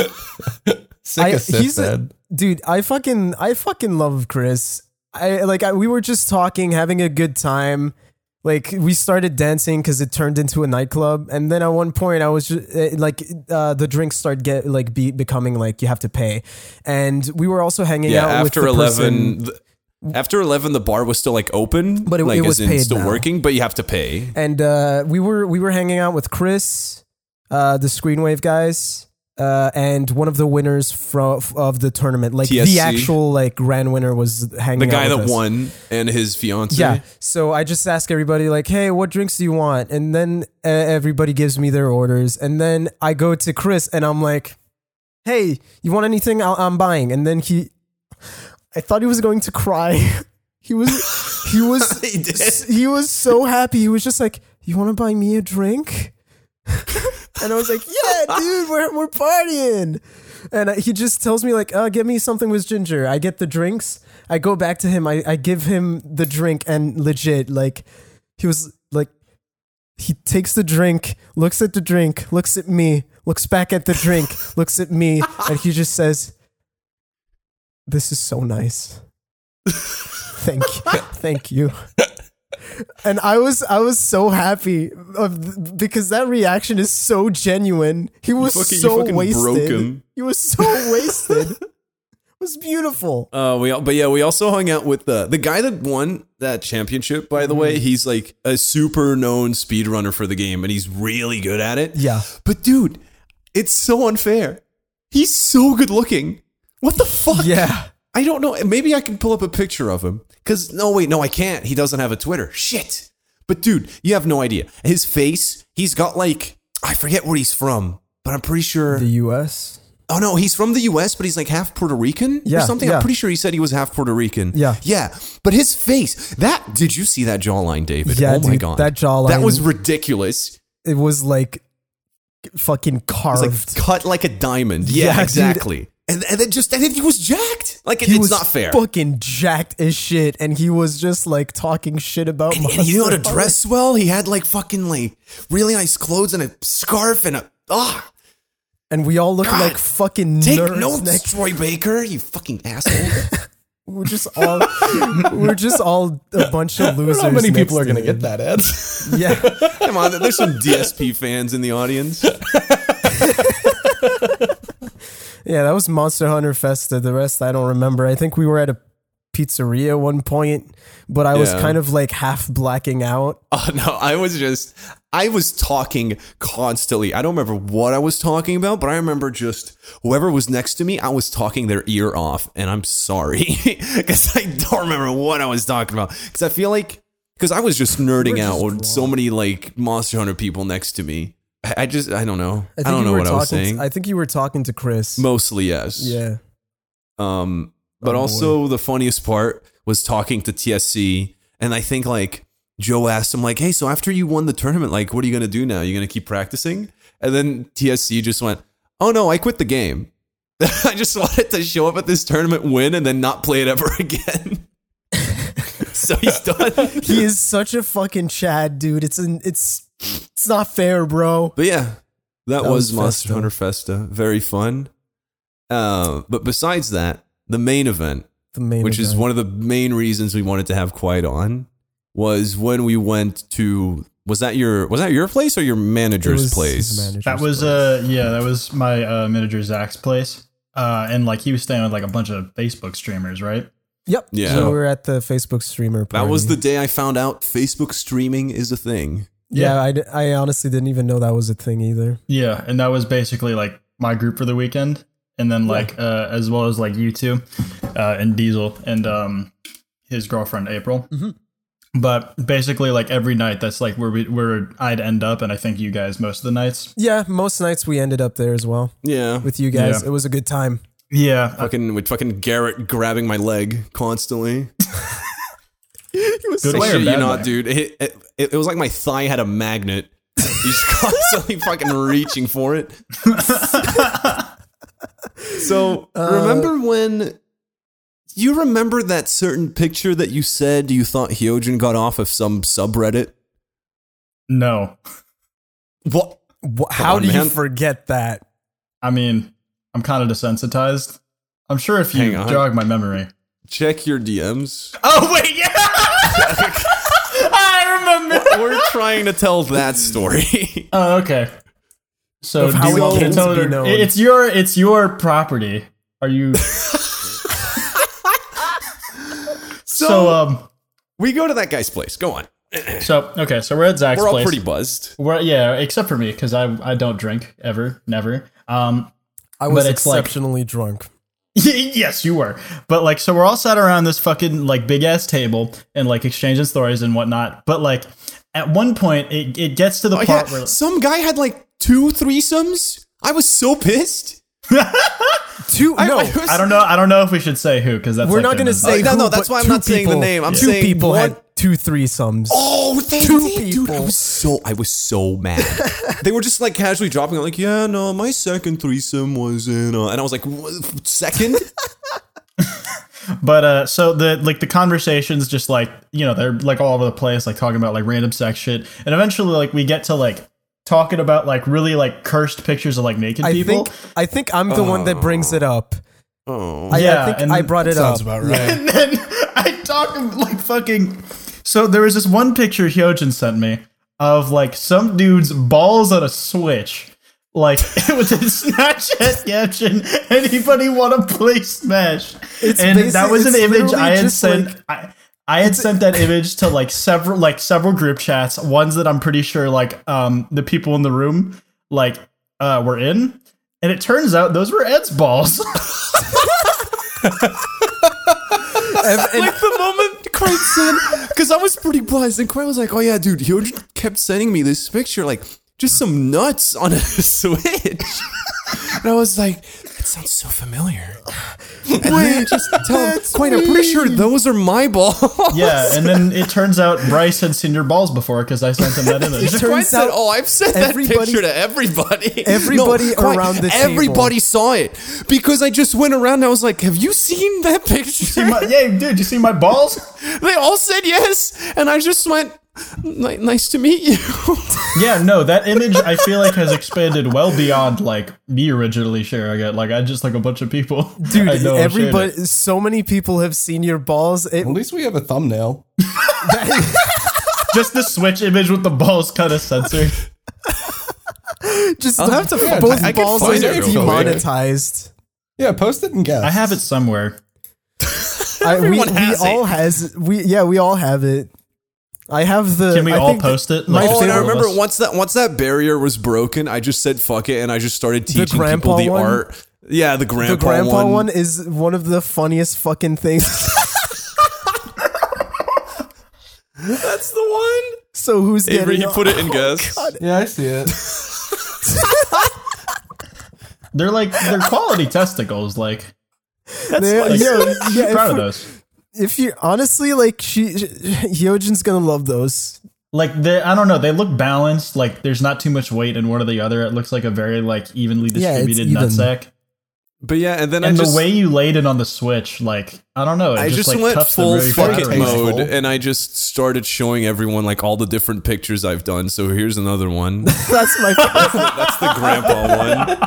Speaker 4: Sick
Speaker 1: I-
Speaker 4: assist,
Speaker 1: he's a-
Speaker 4: Ed.
Speaker 1: dude, I fucking, I fucking love Chris. I like, I, we were just talking, having a good time. Like we started dancing because it turned into a nightclub, and then at one point I was just, like, uh, the drinks start get like be becoming like you have to pay, and we were also hanging
Speaker 2: yeah,
Speaker 1: out
Speaker 2: after
Speaker 1: with the person-
Speaker 2: eleven. th- after eleven, the bar was still like open,
Speaker 1: But it-
Speaker 2: like
Speaker 1: it was
Speaker 2: as in
Speaker 1: paid
Speaker 2: still
Speaker 1: now.
Speaker 2: working, but you have to pay.
Speaker 1: and uh, we were we were hanging out with Chris, uh, the Screenwave guys, uh, and one of the winners from of the tournament, like the
Speaker 2: TSC.
Speaker 1: actual like grand winner was hanging.
Speaker 2: The
Speaker 1: out
Speaker 2: guy
Speaker 1: with
Speaker 2: that
Speaker 1: us.
Speaker 2: won and his fiance.
Speaker 1: Yeah. So I just ask everybody like, "Hey, what drinks do you want?" And then uh, everybody gives me their orders, and then I go to Chris and I'm like, "Hey, you want anything? I'll, I'm buying." And then he, I thought he was going to cry. he was, he was,
Speaker 2: He did.
Speaker 1: s- he was so happy. He was just like, "You want to buy me a drink?" and I was like, "Yeah, dude, we're we're partying." And I, he just tells me like, "Uh, give me something with ginger." I get the drinks. I go back to him. I, I give him the drink, and legit, like, he was like, he takes the drink, looks at the drink, looks at me, looks back at the drink, looks at me, and he just says, "This is so nice. Thank, thank you." And I was I was so happy of, because that reaction is so genuine. He was
Speaker 2: fucking- you
Speaker 1: so
Speaker 2: fucking
Speaker 1: wasted.
Speaker 2: broke him.
Speaker 1: He was so wasted. it was beautiful.
Speaker 2: Uh, we al- but yeah, we also hung out with the the guy that won that championship. By
Speaker 1: Mm-hmm.
Speaker 2: the way, he's like a super known speedrunner for the game, and he's really good at it.
Speaker 1: Yeah.
Speaker 2: but dude, it's so unfair. He's so good looking. What the fuck?
Speaker 1: Yeah.
Speaker 2: I don't know. Maybe I can pull up a picture of him. Cause no, wait, no, I can't. He doesn't have a Twitter. Shit. But dude, you have no idea. His face, he's got like I forget where he's from, but I'm pretty sure
Speaker 1: U.S.
Speaker 2: Oh no, he's from the U.S., but he's like half Puerto Rican or
Speaker 1: Yeah,
Speaker 2: something.
Speaker 1: yeah.
Speaker 2: I'm pretty sure he said he was half Puerto Rican.
Speaker 1: Yeah.
Speaker 2: yeah. But his face—that did you see that jawline, David?
Speaker 1: Yeah,
Speaker 2: oh my
Speaker 1: dude,
Speaker 2: god,
Speaker 1: that jawline-
Speaker 2: That was ridiculous.
Speaker 1: It was like fucking
Speaker 2: It
Speaker 1: carved.
Speaker 2: was like cut like a diamond. Yeah,
Speaker 1: Yeah, dude.
Speaker 2: exactly. And, and then just and then he was jacked. Like it,
Speaker 1: he
Speaker 2: it's
Speaker 1: was
Speaker 2: not fair.
Speaker 1: fucking jacked as shit, and he was just like talking shit about.
Speaker 2: and, and he knew how to
Speaker 1: Monster
Speaker 2: dress well. He had like fucking like really nice clothes and a scarf and a ah.
Speaker 1: High. And we all looked
Speaker 2: God,
Speaker 1: like fucking
Speaker 2: Take
Speaker 1: nerds.
Speaker 2: notes,
Speaker 1: next.
Speaker 2: Troy Baker. You fucking asshole.
Speaker 1: We We're just all, we we're just all a bunch of
Speaker 4: I
Speaker 1: losers.
Speaker 4: don't know how many
Speaker 1: next
Speaker 4: people are
Speaker 1: to
Speaker 4: gonna
Speaker 1: him.
Speaker 4: get that, Ed.
Speaker 1: Yeah,
Speaker 2: Come on, there's some DSP fans in the audience.
Speaker 1: yeah. That was Monster Hunter Festa. The rest I don't remember. I think we were at a pizzeria at one point, but I was
Speaker 2: Yeah.
Speaker 1: kind of like half blacking out.
Speaker 2: Oh no, I was just I was talking constantly. I don't remember what I was talking about, but I remember just whoever was next to me, I was talking their ear off, and I'm sorry cuz I don't remember what I was talking about cuz I feel like cuz I was just nerding out with so many like Monster Hunter people next to me. I I just I don't know. I, don't
Speaker 1: you
Speaker 2: know
Speaker 1: were
Speaker 2: what I was
Speaker 1: talking to-
Speaker 2: saying.
Speaker 1: I think you were talking to Chris.
Speaker 2: Mostly yes.
Speaker 1: yeah.
Speaker 2: Um, but
Speaker 1: Oh,
Speaker 2: also the funniest part was talking to TSC, and I think like Joe asked him like, "Hey, so after you won the tournament, like, what are you gonna do now? You gonna keep practicing?" And then TSC just went, "Oh no, I quit the game. I just wanted to show up at this tournament, win, and then not play it ever again." so he's done.
Speaker 1: He is such a fucking Chad, dude. It's an it's it's not fair, bro.
Speaker 2: But yeah, that,
Speaker 1: That
Speaker 2: was,
Speaker 1: was
Speaker 2: Monster
Speaker 1: Festa.
Speaker 2: Hunter Festa. Very fun. Uh, but besides that, the main event
Speaker 1: The main
Speaker 2: which is
Speaker 1: event.
Speaker 2: one of the main reasons we wanted to have Quiet on, was when we went to was that your was that your place or your
Speaker 1: It was
Speaker 2: manager's
Speaker 1: his
Speaker 2: place?
Speaker 1: manager's
Speaker 3: That was
Speaker 1: place.
Speaker 3: uh yeah, that was my uh, manager Zach's place. Uh, and like he was staying with like a bunch of Facebook streamers, right?
Speaker 1: Yep.
Speaker 2: Yeah.
Speaker 1: So we were at the Facebook streamer. Party.
Speaker 2: That was the day I found out Facebook streaming is a thing.
Speaker 1: Yeah, I d- I honestly didn't even know that was a thing either.
Speaker 3: Yeah, and that was basically like my group for the weekend, and then like uh, as well as like you two, uh, and Diesel and um, his girlfriend April.
Speaker 1: Mhm.
Speaker 2: Mm-hmm.
Speaker 3: But basically, like every night, that's like where we where I'd end up, and I think you guys most of the nights.
Speaker 1: Yeah, most nights we ended up there as well
Speaker 2: Yeah.
Speaker 1: with you guys.
Speaker 3: Yeah.
Speaker 1: It was a good time.
Speaker 3: Yeah, I-
Speaker 2: fucking with fucking Garrett grabbing my leg constantly. He was
Speaker 3: Good
Speaker 2: so
Speaker 3: way or
Speaker 2: shit, you
Speaker 3: bad
Speaker 2: not,
Speaker 3: way?
Speaker 2: dude. It, it, it was like my thigh had a magnet. He's constantly fucking reaching for it. so
Speaker 3: Uh,
Speaker 2: remember when you remember that certain picture that you said you thought Hyojin got off of some subreddit?
Speaker 3: no,
Speaker 2: What?
Speaker 1: Wh- How do
Speaker 2: man.
Speaker 1: you forget that?
Speaker 3: I mean, I'm kind of desensitized. I'm sure if you
Speaker 2: Hang on.
Speaker 3: jog my memory.
Speaker 2: Check your DMs.
Speaker 3: Oh wait, yeah, I remember.
Speaker 2: We're trying to tell that story.
Speaker 3: Oh, okay. So
Speaker 1: Of how
Speaker 3: do you
Speaker 1: it
Speaker 3: want me to
Speaker 1: came
Speaker 3: tell
Speaker 1: to
Speaker 3: it
Speaker 1: be
Speaker 3: or-
Speaker 1: known.
Speaker 3: It's your it's your property. Are you so, um
Speaker 2: we go to that guy's place. Go on.
Speaker 3: so okay, so we're at Zach's
Speaker 2: We're all
Speaker 3: place.
Speaker 2: pretty buzzed.
Speaker 3: We're- yeah, except for me, because I I don't drink ever, never. Um
Speaker 1: I was
Speaker 3: But it's like-
Speaker 1: exceptionally drunk.
Speaker 3: yes, you were. But like, so we're all sat around this fucking like big ass table and like exchanging stories and whatnot. But like, at one point, it, it gets to the
Speaker 2: Oh,
Speaker 3: part
Speaker 2: yeah.
Speaker 3: where
Speaker 2: Some guy had like two threesomes. I was so pissed.
Speaker 1: Two no.
Speaker 2: I, was-
Speaker 3: I don't know. I don't know if we should say who because that's
Speaker 1: we're
Speaker 3: like
Speaker 1: not going to
Speaker 3: an-
Speaker 1: say
Speaker 2: no,
Speaker 1: who,
Speaker 2: no, that's
Speaker 1: but
Speaker 2: why I'm
Speaker 1: two
Speaker 2: not saying the
Speaker 1: people-
Speaker 2: name. I'm
Speaker 1: two
Speaker 2: saying
Speaker 1: people
Speaker 2: one-
Speaker 1: had two threesomes.
Speaker 2: Oh, they
Speaker 1: Two
Speaker 2: did, dude! I
Speaker 1: people.
Speaker 2: was so I was so mad. they were just like casually dropping it, like, yeah, no, my second threesome was in, uh, and I was like, what, second?
Speaker 3: But uh, so the like the conversations just like you know they're like all over the place, like talking about like random sex shit, and eventually like we get to like talking about like really like cursed pictures of like naked
Speaker 1: I
Speaker 3: people.
Speaker 1: think I think I'm the one that brings it up.
Speaker 2: oh,
Speaker 1: I, I
Speaker 3: Yeah,
Speaker 1: think
Speaker 3: and
Speaker 1: I brought it up.
Speaker 4: Sounds about right.
Speaker 3: and then I talk like fucking. So there was this one picture Hyojin sent me of like some dude's balls on a switch. Like it was a Snapchat caption. Anybody want to play Smash? and that was an
Speaker 1: basic-
Speaker 3: image
Speaker 1: it's
Speaker 3: I
Speaker 1: literally
Speaker 3: had
Speaker 1: just,
Speaker 3: sent.
Speaker 1: like-
Speaker 3: I, I had sent that image to like several like several group chats. Ones that I'm pretty sure like um the people in the room like uh were in. And it turns out those were Ed's balls.
Speaker 1: And- and-
Speaker 2: like the moment Craig said, because I was pretty buzzed, and Craig was like, "Oh yeah, dude, he just kept sending me this picture, like just some nuts on a switch," and I was like, "That sounds so familiar." And then I just tell him, "Quite, I'm pretty sure those are my balls."
Speaker 3: Yeah, and then it turns out Bryce had seen your balls before because I sent him that image.
Speaker 1: Turns
Speaker 2: Quite said,
Speaker 1: out
Speaker 2: "Oh, I've sent that
Speaker 1: everybody-
Speaker 2: picture to everybody.
Speaker 1: everybody
Speaker 2: Quite,
Speaker 1: around the table.
Speaker 2: everybody saw it because I just went around. and I was like, "Have you seen that picture?"
Speaker 3: See my- yeah, dude, you see my balls?
Speaker 2: they all said yes, and I just went, "Ni- "Nice to meet you."
Speaker 3: Yeah, no, that image I feel like has expanded well beyond like me originally sharing it. Like I just like a bunch of people.
Speaker 1: dude,
Speaker 3: I know shared
Speaker 1: everybody
Speaker 3: it.
Speaker 1: so many people have seen your balls. It,
Speaker 4: At least we have a thumbnail.
Speaker 3: just the switch image with the balls kind of censored.
Speaker 1: just
Speaker 2: I'll
Speaker 1: the-
Speaker 2: have to find-
Speaker 1: both
Speaker 2: I- I can
Speaker 1: balls are
Speaker 2: find it real quick.
Speaker 1: demonetized.
Speaker 4: Yeah, post it and guess.
Speaker 3: I have it somewhere.
Speaker 1: I, we
Speaker 2: Everyone
Speaker 1: we
Speaker 2: has it.
Speaker 1: all has we yeah we all have it. I have the.
Speaker 3: Can we
Speaker 1: I
Speaker 3: all
Speaker 1: think the-
Speaker 3: post it?
Speaker 1: my
Speaker 3: Like,
Speaker 2: Oh, and I
Speaker 1: favorite
Speaker 2: remember
Speaker 3: was-
Speaker 2: once that once that barrier was broken, I just said fuck it, and I just started teaching people
Speaker 1: grandpa
Speaker 2: the
Speaker 1: one?
Speaker 2: art. Yeah, the grandpa,
Speaker 1: The grandpa
Speaker 2: one.
Speaker 1: one is one of the funniest fucking things.
Speaker 2: That's the one.
Speaker 1: so who's
Speaker 2: Avery,
Speaker 1: getting
Speaker 2: he put it in guess.
Speaker 4: yeah, I see it.
Speaker 3: They're like they're quality testicles. Like,
Speaker 1: There-
Speaker 3: like
Speaker 1: yeah, yeah,
Speaker 3: proud
Speaker 1: if,
Speaker 3: of
Speaker 1: we-
Speaker 3: those.
Speaker 1: if you honestly like, she Hyojin's gonna love those.
Speaker 3: Like they, I don't know. They look balanced. Like there's not too much weight in one or the other. It looks like a very like evenly
Speaker 1: Yeah, it's
Speaker 3: distributed
Speaker 1: even.
Speaker 3: nutsack.
Speaker 2: But yeah, and then
Speaker 3: and
Speaker 2: I
Speaker 3: the
Speaker 2: just
Speaker 3: way you laid it on the switch, like I don't know, it
Speaker 2: I just,
Speaker 3: like,
Speaker 2: went
Speaker 3: cuts them
Speaker 2: full
Speaker 3: very
Speaker 2: fuck it
Speaker 3: flattering.
Speaker 4: mode.
Speaker 2: mode, and I just started showing everyone like all the different pictures I've done. So here's another one.
Speaker 1: That's my. favorite.
Speaker 2: That's the grandpa one.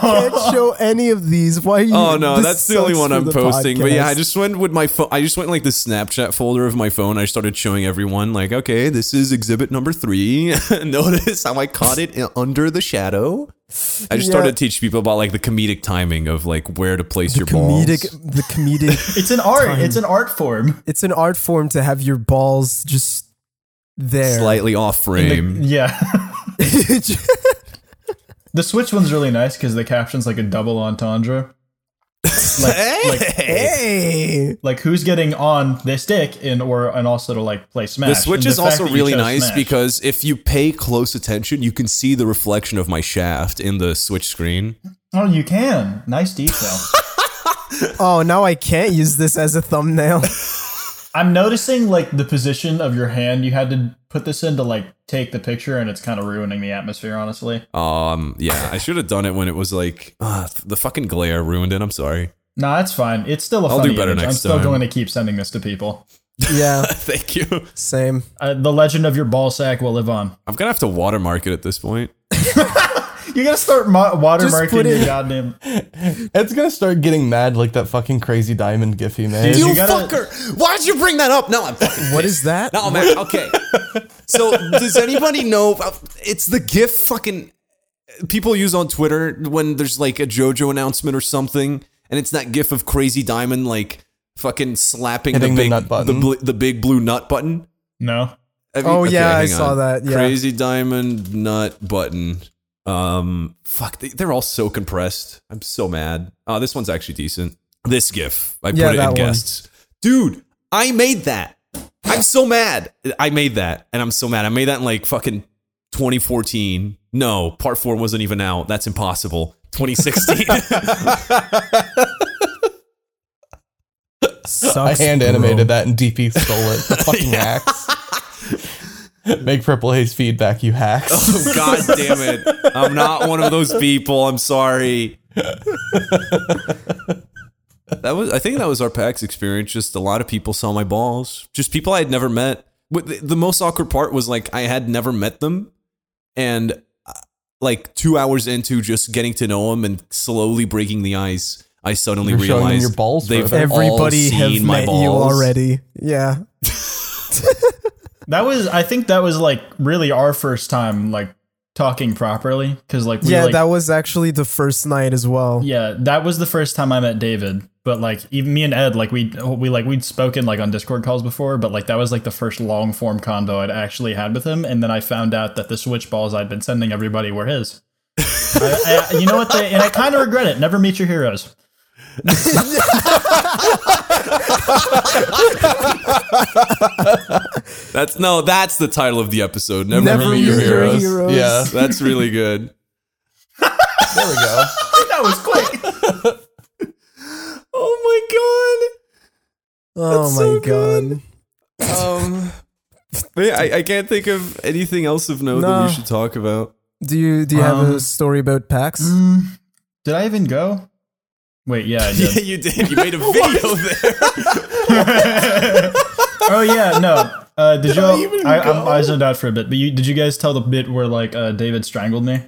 Speaker 1: can't show any of these. Why? Are you,
Speaker 2: Oh no,
Speaker 1: this
Speaker 2: that's the only
Speaker 1: sucks
Speaker 2: one
Speaker 1: for
Speaker 2: I'm
Speaker 1: the
Speaker 2: posting. But yeah, I
Speaker 1: podcast.
Speaker 2: just went with my phone. I just went like the Snapchat folder of my phone. I started showing everyone like, okay, this is exhibit number three. Notice how I caught it in- under the shadow. I just
Speaker 1: Yeah.
Speaker 2: started to teach people about like the comedic timing of like where to place your
Speaker 1: comedic.
Speaker 2: balls.
Speaker 1: The comedic.
Speaker 3: It's an art. It's an art form.
Speaker 1: it's an art form to have your balls just there.
Speaker 2: Slightly off frame.
Speaker 3: Yeah. the Switch one's really nice because the caption's like a double entendre. Like, like,
Speaker 1: hey.
Speaker 3: like who's getting on this dick in or and also to like play Smash.
Speaker 2: The Switch
Speaker 3: And
Speaker 2: is
Speaker 3: fact
Speaker 2: also
Speaker 3: that you
Speaker 2: really
Speaker 3: chose
Speaker 2: nice
Speaker 3: Smash-
Speaker 2: because if you pay close attention, you can see the reflection of my shaft in the Switch screen.
Speaker 3: oh, you can nice detail.
Speaker 1: Oh, now I can't use this as a thumbnail.
Speaker 3: I'm noticing like the position of your hand. You had to put this in to like take the picture, and it's kind of ruining the atmosphere. Honestly,
Speaker 2: Um, yeah, I should have done it when it was like ah, the fucking glare ruined it. I'm sorry.
Speaker 3: no, that's fine. It's still a
Speaker 2: I'll
Speaker 3: funny
Speaker 2: do better
Speaker 3: image. I'm
Speaker 2: next
Speaker 3: still
Speaker 2: time.
Speaker 3: going to keep sending this to people.
Speaker 1: yeah,
Speaker 2: Thank you.
Speaker 1: same.
Speaker 3: Uh, the legend of your ball sack will live on.
Speaker 2: I'm gonna have to watermark it at this point.
Speaker 3: You gotta start mo-
Speaker 1: Just put
Speaker 3: watermarking
Speaker 1: it-
Speaker 3: your goddamn.
Speaker 4: Ed's gonna start getting mad like that fucking crazy diamond gif he made.
Speaker 3: You gotta-
Speaker 2: fucker! Why'd you bring that up? No, I'm fucking.
Speaker 1: What is that?
Speaker 2: No, man. Okay. So does anybody know? uh, It's the GIF fucking people use on Twitter when there's like a JoJo announcement or something, and it's that GIF of Crazy Diamond like fucking slapping
Speaker 4: Hitting the
Speaker 2: big
Speaker 4: nut button.
Speaker 2: the, bl- the big blue nut button.
Speaker 3: No,
Speaker 2: I
Speaker 1: Oh, yeah, I
Speaker 2: hang
Speaker 1: saw that, yeah.
Speaker 2: Crazy Diamond nut button. Um, fuck, they, they're all so compressed. I'm so mad. Oh, this one's actually decent. This GIF, I
Speaker 1: Yeah,
Speaker 2: put it
Speaker 1: that
Speaker 2: in
Speaker 1: one.
Speaker 2: guests. Dude, I made that. I'm so mad. I made that, and I'm so mad. I made that in like fucking 2014. No, part four wasn't even out. That's impossible. 2016.
Speaker 4: I
Speaker 1: Sucks,
Speaker 4: hand
Speaker 1: bro.
Speaker 4: animated that and DP stole it. The fucking hacks. Make Purple Haze feedback, you hacks.
Speaker 2: oh, God damn it! I'm not one of those people. I'm sorry. that was. I think that was our PAX experience. Just a lot of people saw my balls. Just people I had never met. What- The, the most awkward part was like I had never met them, and uh, like two hours into just getting to know them and slowly breaking the ice, I suddenly
Speaker 4: You're showing them
Speaker 2: realized
Speaker 4: your balls
Speaker 2: They've
Speaker 4: photo.
Speaker 2: all
Speaker 1: Everybody
Speaker 2: seen
Speaker 1: have
Speaker 2: my
Speaker 1: met you
Speaker 2: balls.
Speaker 1: already. Yeah.
Speaker 3: that was. I think that was like really our first time like talking properly because like we,
Speaker 1: yeah,
Speaker 3: like,
Speaker 1: that was actually the first night as well.
Speaker 3: Yeah, that was the first time I met David. But like even me and Ed, like we we like we'd spoken like on Discord calls before, but like that was like the first long form convo I'd actually had with him. And then I found out that the switch balls I'd been sending everybody were his. I, I- you know what? They, and I kind of regret it. Never meet your heroes.
Speaker 2: That's no. That's the title of the episode. Never,
Speaker 1: Never
Speaker 2: meet your
Speaker 1: meet your
Speaker 2: heroes.
Speaker 1: heroes.
Speaker 4: Yeah,
Speaker 2: That's really good.
Speaker 4: there we go.
Speaker 3: That was quick.
Speaker 2: Oh my god.
Speaker 1: Oh
Speaker 2: That's
Speaker 1: my
Speaker 2: so
Speaker 1: god.
Speaker 2: good. Um, but yeah, I, I can't think of anything else of note that
Speaker 1: No.
Speaker 2: we should talk about.
Speaker 1: Do you do you have
Speaker 3: Um,
Speaker 1: a story about PAX?
Speaker 3: Mm, did I even go? Wait, yeah, I did.
Speaker 2: you did. You made a video there.
Speaker 3: oh yeah, no. Uh, did, you?
Speaker 2: I
Speaker 3: all-
Speaker 2: even
Speaker 3: I, I'm, I
Speaker 2: go?
Speaker 3: zoned out for a bit, but you did you guys tell the bit where like uh, David strangled me?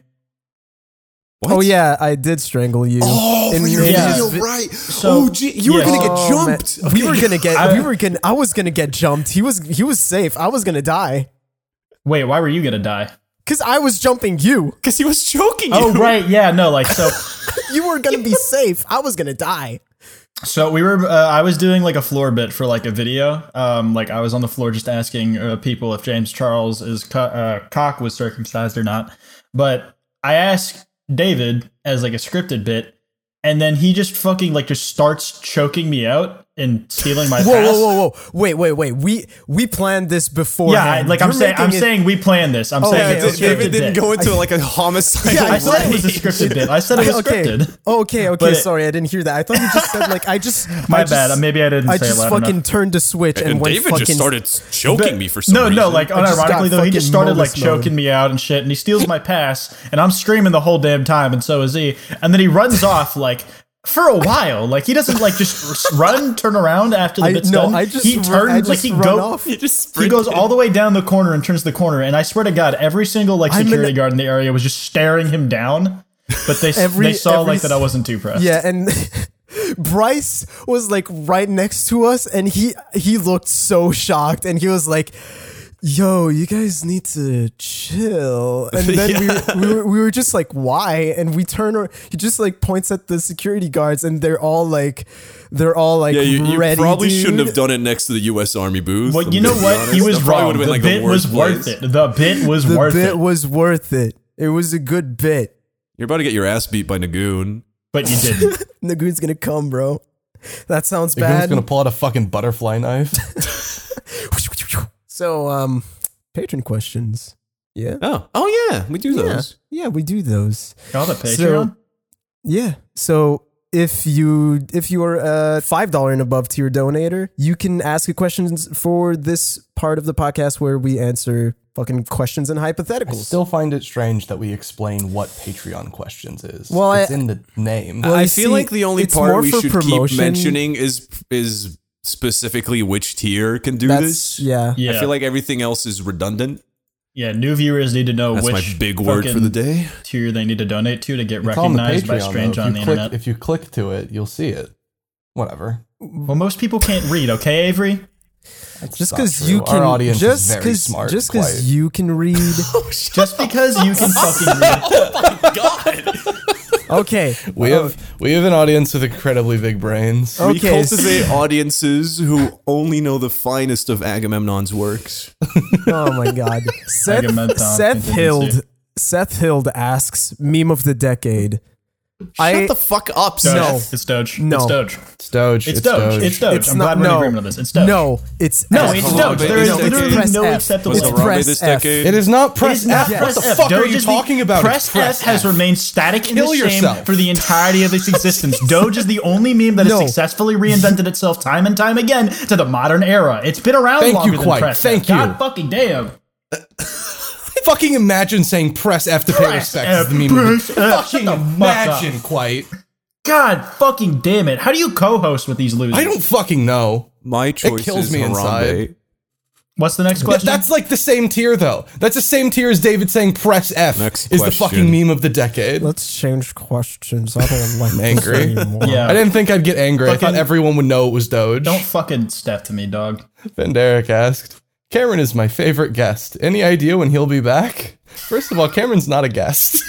Speaker 1: Oh yeah, I did strangle you.
Speaker 2: Oh,
Speaker 1: In-
Speaker 2: for your
Speaker 1: in
Speaker 3: yeah.
Speaker 1: his
Speaker 2: video,
Speaker 1: vi-
Speaker 2: right?
Speaker 3: So-
Speaker 2: oh, gee, you were
Speaker 3: yeah.
Speaker 2: gonna get
Speaker 1: Oh, man.
Speaker 2: jumped.
Speaker 1: We were gonna get.
Speaker 3: I-
Speaker 1: we were gonna. I was gonna get jumped. He was. He was safe. I was gonna die
Speaker 3: Wait, why were you gonna die?
Speaker 1: because I was jumping you.
Speaker 2: because he was choking
Speaker 3: Oh right, yeah, no, like so.
Speaker 1: You were gonna be safe. I was gonna die.
Speaker 3: So we were. Uh, I was doing like a floor bit for like a video. Um, like I was on the floor just asking uh, people if James Charles is co- uh, cock was circumcised or not. But I asked David as like a scripted bit, and then he just fucking like just starts choking me out and stealing my.
Speaker 1: Whoa,
Speaker 3: pass.
Speaker 1: whoa, whoa, whoa! Wait, wait, wait. We we planned this before.
Speaker 3: Yeah, I, like I'm saying, I'm saying we planned this. I'm saying
Speaker 1: Oh, okay,
Speaker 3: it's a
Speaker 1: okay.
Speaker 3: scripted
Speaker 2: David didn't
Speaker 3: bit.
Speaker 2: go into like a homicide.
Speaker 1: Yeah,
Speaker 3: I said it was a
Speaker 1: Right.
Speaker 3: scripted bit. I said it was
Speaker 1: Okay,
Speaker 3: scripted.
Speaker 1: okay, okay.
Speaker 3: But it-
Speaker 1: sorry, I didn't hear that. I thought you just said like I just.
Speaker 3: My
Speaker 1: I just-
Speaker 3: bad. Maybe I didn't
Speaker 1: I
Speaker 3: say
Speaker 1: just
Speaker 3: it loud
Speaker 1: fucking
Speaker 3: enough.
Speaker 1: turned a switch and,
Speaker 2: and
Speaker 1: went
Speaker 2: David
Speaker 1: fucking.
Speaker 2: just started choking me for some
Speaker 3: no,
Speaker 2: reason.
Speaker 3: no, like
Speaker 1: just got
Speaker 3: unironically though, he just
Speaker 1: fucking
Speaker 3: started like
Speaker 1: modus mode.
Speaker 3: choking me out and shit, and he steals my pass, and I'm screaming the whole damn time, and so is he, and then he runs off like. For a while, like he doesn't like just r- run, turn around after the
Speaker 1: I,
Speaker 3: bit's
Speaker 1: no,
Speaker 3: done.
Speaker 1: I just.
Speaker 3: he
Speaker 1: run-
Speaker 3: turns
Speaker 1: I just
Speaker 3: like he
Speaker 1: run
Speaker 3: go,
Speaker 1: off.
Speaker 2: he just
Speaker 3: he goes all the way down the corner and turns the corner, and I swear to God, every single like
Speaker 1: I'm in
Speaker 3: security
Speaker 1: the-
Speaker 3: guard in the area was just staring him down. but they s-
Speaker 1: Every-
Speaker 3: they saw
Speaker 1: every
Speaker 3: like that I
Speaker 1: s-
Speaker 3: wasn't too pressed.
Speaker 1: Yeah, and Bryce was like right next to us, and he he looked so shocked, and he was like. Yo, you guys need to chill. And then we, we, were, we were just like, why? And we turn, or he just like points at the security guards, and they're all like, they're all like,
Speaker 2: Yeah, you, you
Speaker 1: ready.
Speaker 2: probably
Speaker 1: dude.
Speaker 2: shouldn't have done it next to the U.S. Army booth.
Speaker 3: Well,
Speaker 2: I'm
Speaker 3: you know
Speaker 2: gonna be
Speaker 3: what?
Speaker 2: honest.
Speaker 3: He was
Speaker 2: That probably
Speaker 3: wrong.
Speaker 2: would've
Speaker 3: The
Speaker 2: been, like,
Speaker 3: bit was
Speaker 2: worst
Speaker 3: worth
Speaker 2: place.
Speaker 3: it. The bit was
Speaker 1: The
Speaker 3: worth
Speaker 1: bit
Speaker 3: it.
Speaker 1: was worth it. It was a good bit.
Speaker 2: You're about to get your ass beat by Nagoon.
Speaker 3: but you didn't.
Speaker 1: Nagoon's gonna come, bro. That sounds
Speaker 4: Nagoon's
Speaker 1: bad.
Speaker 4: gonna pull out a fucking butterfly knife.
Speaker 1: So, um, patron questions. Yeah.
Speaker 2: Oh, oh yeah, we do those.
Speaker 1: Yeah, we do those.
Speaker 3: Call the Patreon.
Speaker 1: So- Yeah. So if you if you're a five dollar and above tier donator, you can ask a questions for this part of the podcast where we answer fucking questions and
Speaker 4: I
Speaker 1: hypotheticals.
Speaker 4: still find it strange that we explain what Patreon questions is.
Speaker 1: Well,
Speaker 4: it's
Speaker 1: I-
Speaker 4: in the name.
Speaker 1: Well,
Speaker 2: I
Speaker 1: you
Speaker 2: feel
Speaker 1: see,
Speaker 2: like the only
Speaker 1: it's
Speaker 2: part
Speaker 1: more
Speaker 2: we
Speaker 1: for
Speaker 2: should
Speaker 1: promotion.
Speaker 2: keep mentioning is is specifically which tier can do
Speaker 1: That's
Speaker 2: this.
Speaker 1: yeah.
Speaker 3: yeah,
Speaker 2: I feel like everything else is redundant.
Speaker 3: yeah. New viewers need to know
Speaker 2: That's
Speaker 3: which
Speaker 2: my big word for the
Speaker 3: fucking
Speaker 2: day.
Speaker 3: tier they need to donate to to get
Speaker 4: It's on the
Speaker 3: recognized by
Speaker 4: Patreon,
Speaker 3: strange
Speaker 4: though. If
Speaker 3: on
Speaker 4: you
Speaker 3: the
Speaker 4: click,
Speaker 3: internet.
Speaker 4: If you click to it, you'll see it. Whatever.
Speaker 3: well, most people can't read. Okay, Avery.
Speaker 4: That's
Speaker 1: Just
Speaker 4: not
Speaker 1: because
Speaker 4: true.
Speaker 1: you can,
Speaker 4: our audience
Speaker 1: just
Speaker 4: is very
Speaker 1: 'cause-
Speaker 4: smart.
Speaker 1: just
Speaker 4: quite.
Speaker 1: because you can read.
Speaker 3: Just because you can fucking read.
Speaker 1: okay,
Speaker 4: we have we have an audience with incredibly big brains.
Speaker 1: Oh.
Speaker 2: We
Speaker 1: Okay.
Speaker 2: cultivate audiences who only know the finest of Agamemnon's works.
Speaker 1: Oh my god. Seth,
Speaker 3: Agamemnon
Speaker 1: Seth
Speaker 3: contingency.
Speaker 1: Hild Seth Hild asks meme of the decade. I
Speaker 2: Shut the fuck up,
Speaker 3: Doge.
Speaker 1: No.
Speaker 3: It's Doge.
Speaker 1: No.
Speaker 3: It's Doge.
Speaker 4: Stoge,
Speaker 3: It's, Doge. It's Doge. I'm glad we're in agreement on this. It's Doge.
Speaker 1: No, it's
Speaker 3: No,
Speaker 1: F.
Speaker 3: it's
Speaker 2: Harambe
Speaker 3: Doge. There is
Speaker 2: this
Speaker 3: literally
Speaker 1: decade.
Speaker 3: no
Speaker 1: Press F.
Speaker 3: acceptable.
Speaker 2: Was
Speaker 1: It's
Speaker 2: Harambe
Speaker 1: press
Speaker 2: this
Speaker 1: F.
Speaker 2: decade?
Speaker 4: It is not
Speaker 3: It
Speaker 4: press
Speaker 3: is not
Speaker 4: F.
Speaker 3: press
Speaker 4: what the
Speaker 3: F.
Speaker 4: fuck are
Speaker 3: Doge
Speaker 4: you
Speaker 3: is the-
Speaker 4: talking about?
Speaker 3: Press,
Speaker 4: It's press
Speaker 3: F has
Speaker 4: F.
Speaker 3: remained static in
Speaker 4: Kill
Speaker 3: the same
Speaker 4: yourself.
Speaker 3: for the entirety of its existence. Doge is the only meme that
Speaker 1: No.
Speaker 3: has successfully reinvented itself time and time again to the modern era. It's been around
Speaker 4: Thank you,
Speaker 3: longer than
Speaker 4: Quite.
Speaker 3: press F.
Speaker 4: Thank you.
Speaker 3: God fucking damn.
Speaker 4: Fucking imagine saying press F to pay
Speaker 3: Press
Speaker 4: respect
Speaker 3: F.
Speaker 4: to the meme. of
Speaker 3: Press
Speaker 4: the-
Speaker 3: F. Shut
Speaker 4: Fucking
Speaker 3: the fuck up.
Speaker 4: imagine quite.
Speaker 3: God fucking damn it. How do you co-host with these losers?
Speaker 4: I don't fucking know.
Speaker 2: My choice
Speaker 4: kills
Speaker 2: is
Speaker 4: me
Speaker 2: Harambe.
Speaker 4: inside.
Speaker 3: What's the next
Speaker 4: Th-
Speaker 3: question?
Speaker 4: That's like the same tier though. That's the same tier as David saying press F
Speaker 2: Next
Speaker 4: is the
Speaker 2: question.
Speaker 4: fucking meme of the decade.
Speaker 1: Let's change questions. I don't like this
Speaker 4: Angry.
Speaker 1: anymore.
Speaker 3: Yeah.
Speaker 4: I didn't think I'd get angry. I thought
Speaker 3: Fucking-
Speaker 4: everyone would know it was Doge.
Speaker 3: Don't fucking step to me, dog.
Speaker 4: Van Derek asked, Cameron is my favorite guest. Any idea when he'll be back? First of all, Cameron's not a guest.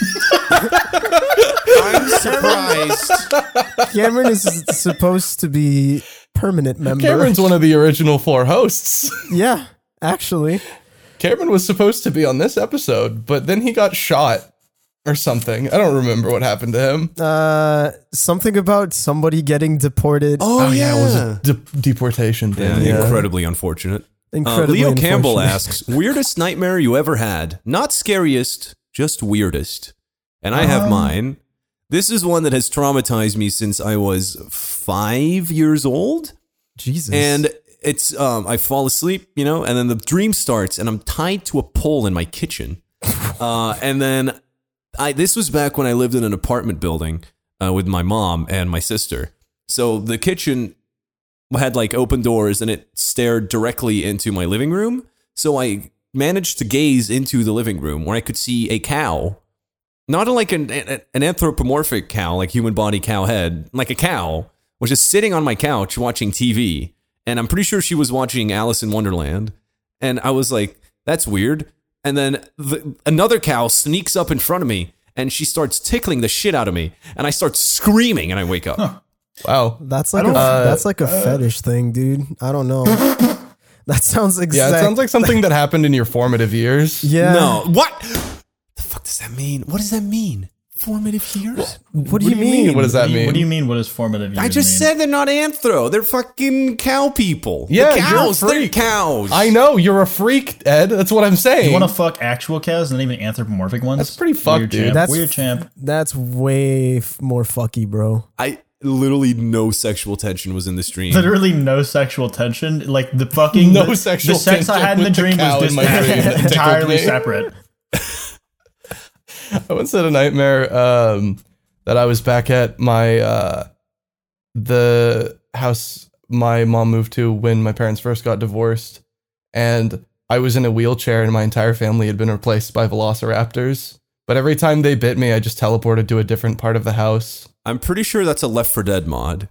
Speaker 2: I'm surprised.
Speaker 1: Cameron is supposed to be permanent member.
Speaker 4: Cameron's one of the original four hosts.
Speaker 1: Yeah, actually.
Speaker 4: Cameron was supposed to be on this episode, but then he got shot or something. I don't remember what happened to him.
Speaker 1: Uh something about somebody getting deported.
Speaker 2: oh,
Speaker 4: it was
Speaker 3: Uh.
Speaker 4: a de- deportation
Speaker 2: yeah,
Speaker 4: thing. Yeah.
Speaker 2: incredibly unfortunate. Uh,
Speaker 1: Incredibly
Speaker 2: Leo Campbell
Speaker 1: unfortunate.
Speaker 2: asks, weirdest nightmare you ever had? Not scariest, just weirdest. And I
Speaker 1: Um,
Speaker 2: have mine. This is one that has traumatized me since I was five years old.
Speaker 1: Jesus.
Speaker 2: And it's um, I fall asleep, you know, and then the dream starts, and I'm tied to a pole in my kitchen. Uh, and then I this was back when I lived in an apartment building uh, with my mom and my sister. So the kitchen had like open doors, and it stared directly into my living room. So I managed to gaze into the living room where I could see a cow. Not like an, an an anthropomorphic cow, like human body cow head, like a cow, was just sitting on my couch watching TV, and I'm pretty sure she was watching Alice in Wonderland. And I was like, "That's weird." And then the, another cow sneaks up in front of me, and she starts tickling the shit out of me, and I start screaming, and I wake up.
Speaker 4: Wow.
Speaker 1: that's like a, that's like a fetish thing, dude. I don't know. that sounds
Speaker 4: Yeah,
Speaker 1: exactly
Speaker 4: it sounds like something that happened in your formative years.
Speaker 1: Yeah.
Speaker 2: No, what? The fuck does that mean? What does that mean? Formative years?
Speaker 1: What do you mean?
Speaker 4: What does that mean?
Speaker 3: What do you mean? What does formative?
Speaker 2: I
Speaker 3: years
Speaker 2: just
Speaker 3: mean?
Speaker 2: said they're not anthro. They're fucking cow people. The
Speaker 4: Yeah, you're a
Speaker 2: cows. They're
Speaker 4: freak.
Speaker 2: cows.
Speaker 4: I know you're a freak, Ed. That's what I'm saying.
Speaker 3: You want to fuck actual cows, not even anthropomorphic ones?
Speaker 4: That's pretty fucked,
Speaker 3: Weird
Speaker 4: dude.
Speaker 3: Champ.
Speaker 1: That's-
Speaker 3: Weird champ.
Speaker 1: That's way f- more fucky, bro.
Speaker 2: I literally no sexual tension was in this dream.
Speaker 3: Literally no sexual tension. Like the fucking
Speaker 4: No
Speaker 3: the,
Speaker 4: sexual
Speaker 3: The sex I
Speaker 4: tension
Speaker 3: had in the
Speaker 4: with the
Speaker 3: dream
Speaker 4: cow
Speaker 3: was
Speaker 4: in my dream that
Speaker 3: disconnected,
Speaker 4: tickled
Speaker 3: entirely
Speaker 4: me.
Speaker 3: separate.
Speaker 4: I once had a nightmare um, that I was back at my uh, the house my mom moved to when my parents first got divorced, and I was in a wheelchair and my entire family had been replaced by velociraptors. But every time they bit me, I just teleported to a different part of the house.
Speaker 2: I'm pretty sure that's a Left for Dead mod.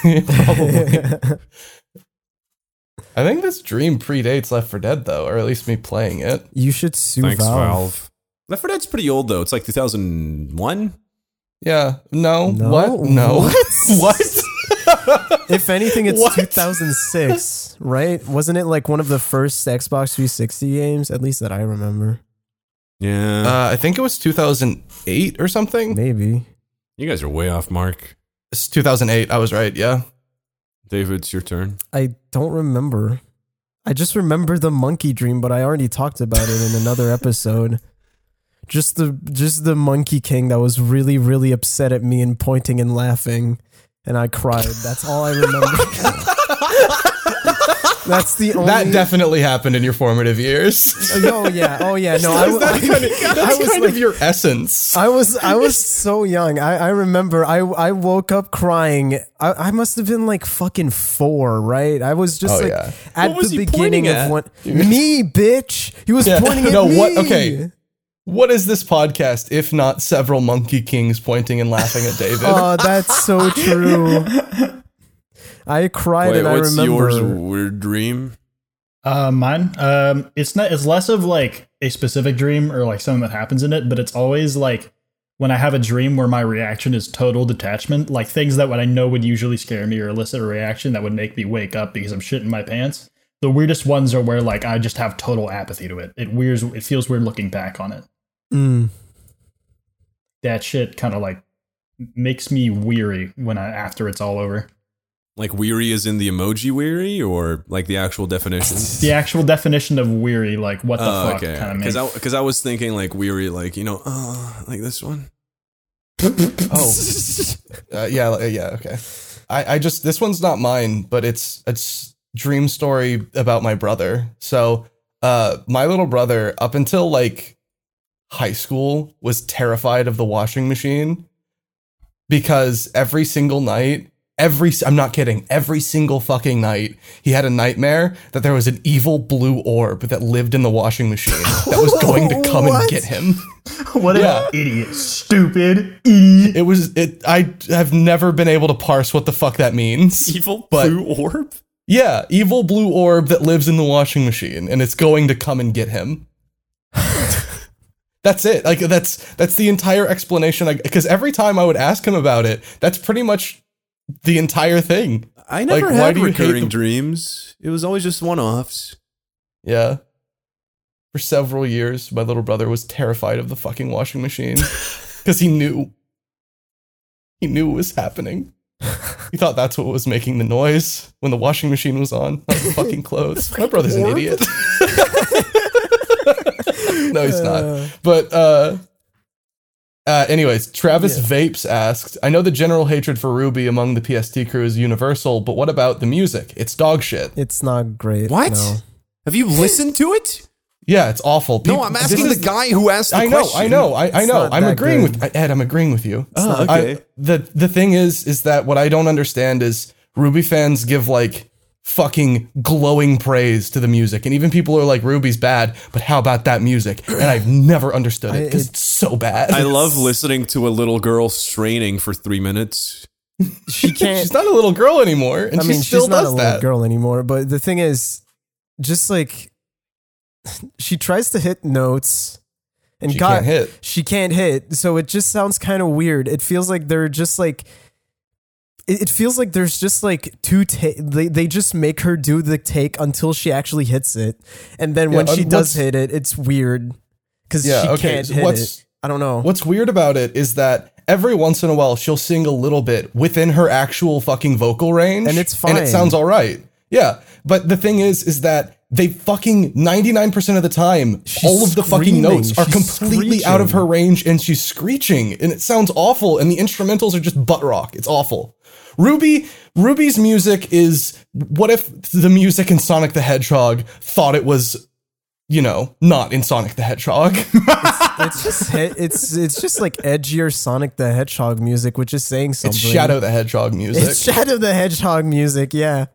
Speaker 4: Probably. I think this dream predates Left 4 Dead though, or at least me playing it.
Speaker 1: you should sue Valve.
Speaker 2: Left 4 Dead's pretty old though. It's like 2001.
Speaker 4: Yeah. No.
Speaker 1: No?
Speaker 4: What? No.
Speaker 1: What?
Speaker 4: what?
Speaker 1: If anything, it's
Speaker 4: What?
Speaker 1: 2006, right? Wasn't it like one of the first Xbox 360 games, at least that I remember?
Speaker 2: Yeah,
Speaker 4: Uh, I think it was 2008 or something.
Speaker 1: Maybe.
Speaker 2: you guys are way off mark.
Speaker 4: It's 2008. I was right. Yeah.
Speaker 2: David, it's your turn.
Speaker 1: I don't remember. I just remember the monkey dream, but I already talked about it in another episode. Just the just the monkey king that was really really upset at me and pointing and laughing, and I cried. That's all I remember. That's the only.
Speaker 4: That definitely happened in your formative years.
Speaker 1: oh yeah, oh yeah. No, I, w-
Speaker 4: That's
Speaker 1: was
Speaker 4: kind
Speaker 1: like- Uh,
Speaker 4: of your essence.
Speaker 1: I was I was so young. I, I remember I I woke up crying. I, I must have been like fucking four, right? I was just
Speaker 4: Oh,
Speaker 1: like
Speaker 4: yeah.
Speaker 1: at
Speaker 2: What was
Speaker 1: the
Speaker 2: he
Speaker 1: beginning
Speaker 2: pointing
Speaker 1: of
Speaker 2: at?
Speaker 1: one me, bitch. He was
Speaker 4: Yeah.
Speaker 1: pointing at
Speaker 4: No,
Speaker 1: me.
Speaker 4: what- okay. What is this podcast if not several monkey kings pointing and laughing at David?
Speaker 1: Oh, that's so true. I cried
Speaker 2: Wait,
Speaker 1: and I
Speaker 2: what's
Speaker 1: remember.
Speaker 2: yours? Weird dream.
Speaker 3: Uh, mine. Um, it's not. It's less of like a specific dream or like something that happens in it, but it's always like when I have a dream where my reaction is total detachment, like things that what I know would usually scare me or elicit a reaction that would make me wake up because I'm shitting my pants. The weirdest ones are where like I just have total apathy to it. It weirds. It feels weird looking back on it.
Speaker 1: Mm.
Speaker 3: That shit kind of like makes me weary when I after it's all over.
Speaker 2: Like weary is in the emoji weary, or like the actual definition.
Speaker 3: The actual definition of weary, like what the
Speaker 2: Oh,
Speaker 3: fuck, kind
Speaker 2: okay.
Speaker 3: of makes.
Speaker 2: Because I because I was thinking like weary, like you know, uh, like this one.
Speaker 4: Oh, uh, yeah, uh, yeah, okay. I, I just this one's not mine, but it's it's dream story about my brother. So, uh, my little brother up until like high school was terrified of the washing machine because every single night, every s- I'm not kidding, every single fucking night, he had a nightmare that there was an evil blue orb that lived in the washing machine that was going to come and get him.
Speaker 3: What
Speaker 4: Yeah.
Speaker 3: an idiot, stupid E. idiot.
Speaker 4: It was it. I have never been able to parse what the fuck that means.
Speaker 2: Evil
Speaker 4: But-
Speaker 2: blue orb.
Speaker 4: Yeah, evil blue orb that lives in the washing machine, and it's going to come and get him. that's it. Like that's that's the entire explanation. Because every time I would ask him about it, that's pretty much the entire thing.
Speaker 2: I
Speaker 4: Like,
Speaker 2: never
Speaker 4: why
Speaker 2: had
Speaker 4: do you hate
Speaker 2: recurring
Speaker 4: them?
Speaker 2: dreams. It was always just one offs.
Speaker 4: Yeah. For several years, my little brother was terrified of the fucking washing machine because he knew. He knew it was happening. He thought that's what was making the noise when the washing machine was on. Not the fucking clothes. my brother's an idiot. no, he's
Speaker 1: Uh.
Speaker 4: not. But uh uh, anyways, Travis Vapes asked, I know the general hatred for Ruby among the PST crew is universal, but what about the music? It's dog shit.
Speaker 1: It's not great.
Speaker 2: What?
Speaker 1: no.
Speaker 2: Have you listened to it?
Speaker 4: Yeah, it's awful.
Speaker 2: No,
Speaker 4: Peop-
Speaker 2: I'm
Speaker 4: this
Speaker 2: asking
Speaker 4: is-
Speaker 2: the guy who asked the
Speaker 4: I know,
Speaker 2: question.
Speaker 4: I know, I, I
Speaker 1: It's
Speaker 4: know.
Speaker 1: not
Speaker 4: I'm
Speaker 1: that
Speaker 4: agreeing
Speaker 1: good.
Speaker 4: with Ed. I'm agreeing with you.
Speaker 2: not
Speaker 4: I-
Speaker 2: okay.
Speaker 4: the the thing is, is that what I don't understand is Ruby fans give like fucking glowing praise to the music, and even people are like, "Ruby's bad," but how about that music? And I've never understood it because
Speaker 1: it-
Speaker 4: it's so bad.
Speaker 2: I love listening to a little girl straining for three minutes.
Speaker 1: She can't.
Speaker 4: she's not a little girl anymore, and
Speaker 1: I
Speaker 4: she
Speaker 1: mean,
Speaker 4: still
Speaker 1: she's not a
Speaker 4: does
Speaker 1: little
Speaker 4: that.
Speaker 1: girl anymore. But the thing is, just like she tries to hit notes, and
Speaker 4: She
Speaker 1: God,
Speaker 4: can't hit.
Speaker 1: she can't hit. So it just sounds kind of weird. It feels like they're just like. It it feels like there's just like two. Ta- they they just make her do the take until she actually hits it, and then when
Speaker 4: Yeah,
Speaker 1: she
Speaker 4: uh,
Speaker 1: does
Speaker 4: what's-
Speaker 1: hit it, it's weird because
Speaker 4: Yeah,
Speaker 1: she
Speaker 4: okay,
Speaker 1: can't
Speaker 4: so
Speaker 1: hit
Speaker 4: what's-
Speaker 1: it. I don't know.
Speaker 4: What's weird about it is that every once in a while she'll sing a little bit within her actual fucking vocal range,
Speaker 1: And it's
Speaker 4: and
Speaker 1: fine.
Speaker 4: it sounds all right. Yeah, but the thing is, is that they fucking ninety nine percent of the time,
Speaker 1: She's
Speaker 4: all of the fucking
Speaker 1: screaming.
Speaker 4: notes are
Speaker 1: She's
Speaker 4: completely out of
Speaker 1: screeching.
Speaker 4: her range, and she's screeching, and it sounds awful, and the instrumentals are just butt rock. It's awful. Ruby, Ruby's music is what if the music in Sonic the Hedgehog thought it was, you know, not in Sonic the Hedgehog.
Speaker 1: It's just hit, it's it's just like edgier Sonic the Hedgehog music, which is saying something.
Speaker 4: It's Shadow the Hedgehog music.
Speaker 1: It's Shadow the Hedgehog music, yeah.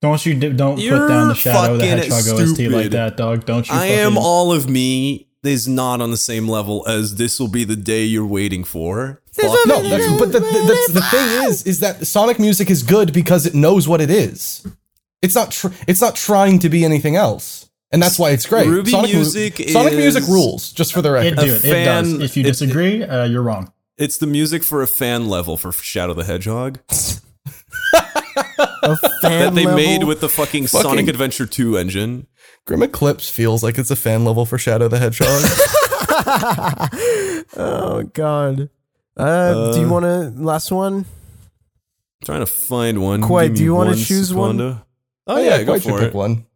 Speaker 3: Don't you d- don't
Speaker 2: You're
Speaker 3: put down the shadow of the
Speaker 2: fucking
Speaker 3: hedgehog OST
Speaker 2: stupid.
Speaker 3: like that, dog? Don't you?
Speaker 2: I am
Speaker 3: fucking-
Speaker 2: all of me is not on the same level as this will be the day you're waiting for.
Speaker 4: Fuck. No, that's, but the, the, the, the thing is, is that Sonic music is good because it knows what it is. It's not. Tr- it's not trying to be anything else, and that's why it's great.
Speaker 2: Ruby
Speaker 4: mu-
Speaker 2: music
Speaker 4: Sonic
Speaker 2: is-
Speaker 4: music rules. Just for the
Speaker 3: It,
Speaker 4: record,
Speaker 3: dude, it does.
Speaker 2: fan-
Speaker 3: If you
Speaker 2: it-
Speaker 3: disagree, uh, you're wrong.
Speaker 2: It's the music for a fan level for Shadow the Hedgehog
Speaker 1: A
Speaker 2: that
Speaker 1: fan
Speaker 2: they
Speaker 1: level?
Speaker 2: made with the fucking, Sonic
Speaker 4: Fucking-
Speaker 2: Adventure 2 engine.
Speaker 4: Grim Eclipse feels like it's a fan level for Shadow the Hedgehog.
Speaker 1: oh God. Uh, do you want to last one?
Speaker 2: trying to find one.
Speaker 1: Quite,
Speaker 2: Give
Speaker 1: do
Speaker 2: me
Speaker 1: you wanna
Speaker 2: one
Speaker 1: choose one?
Speaker 2: seconda. Oh, yeah, go
Speaker 4: why'd you
Speaker 2: for
Speaker 4: pick
Speaker 2: it.
Speaker 4: one?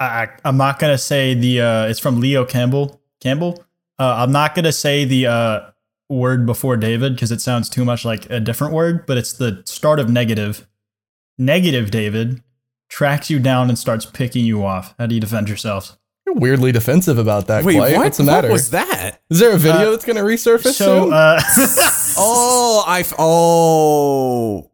Speaker 3: I, I- I'm not gonna say the. Uh, it's from Leo Campbell. Campbell. Uh, I'm not gonna say the uh, word before David because it sounds too much like a different word. But it's the start of negative. Negative David tracks you down and starts picking you off. How do you defend yourself?
Speaker 4: You're weirdly defensive about that.
Speaker 2: Wait,
Speaker 4: Clay.
Speaker 2: what?
Speaker 4: What's the matter?
Speaker 2: What was uh, that?
Speaker 4: Is there a video that's going to resurface
Speaker 3: So
Speaker 4: soon?
Speaker 3: uh,
Speaker 2: Oh, I. F- oh.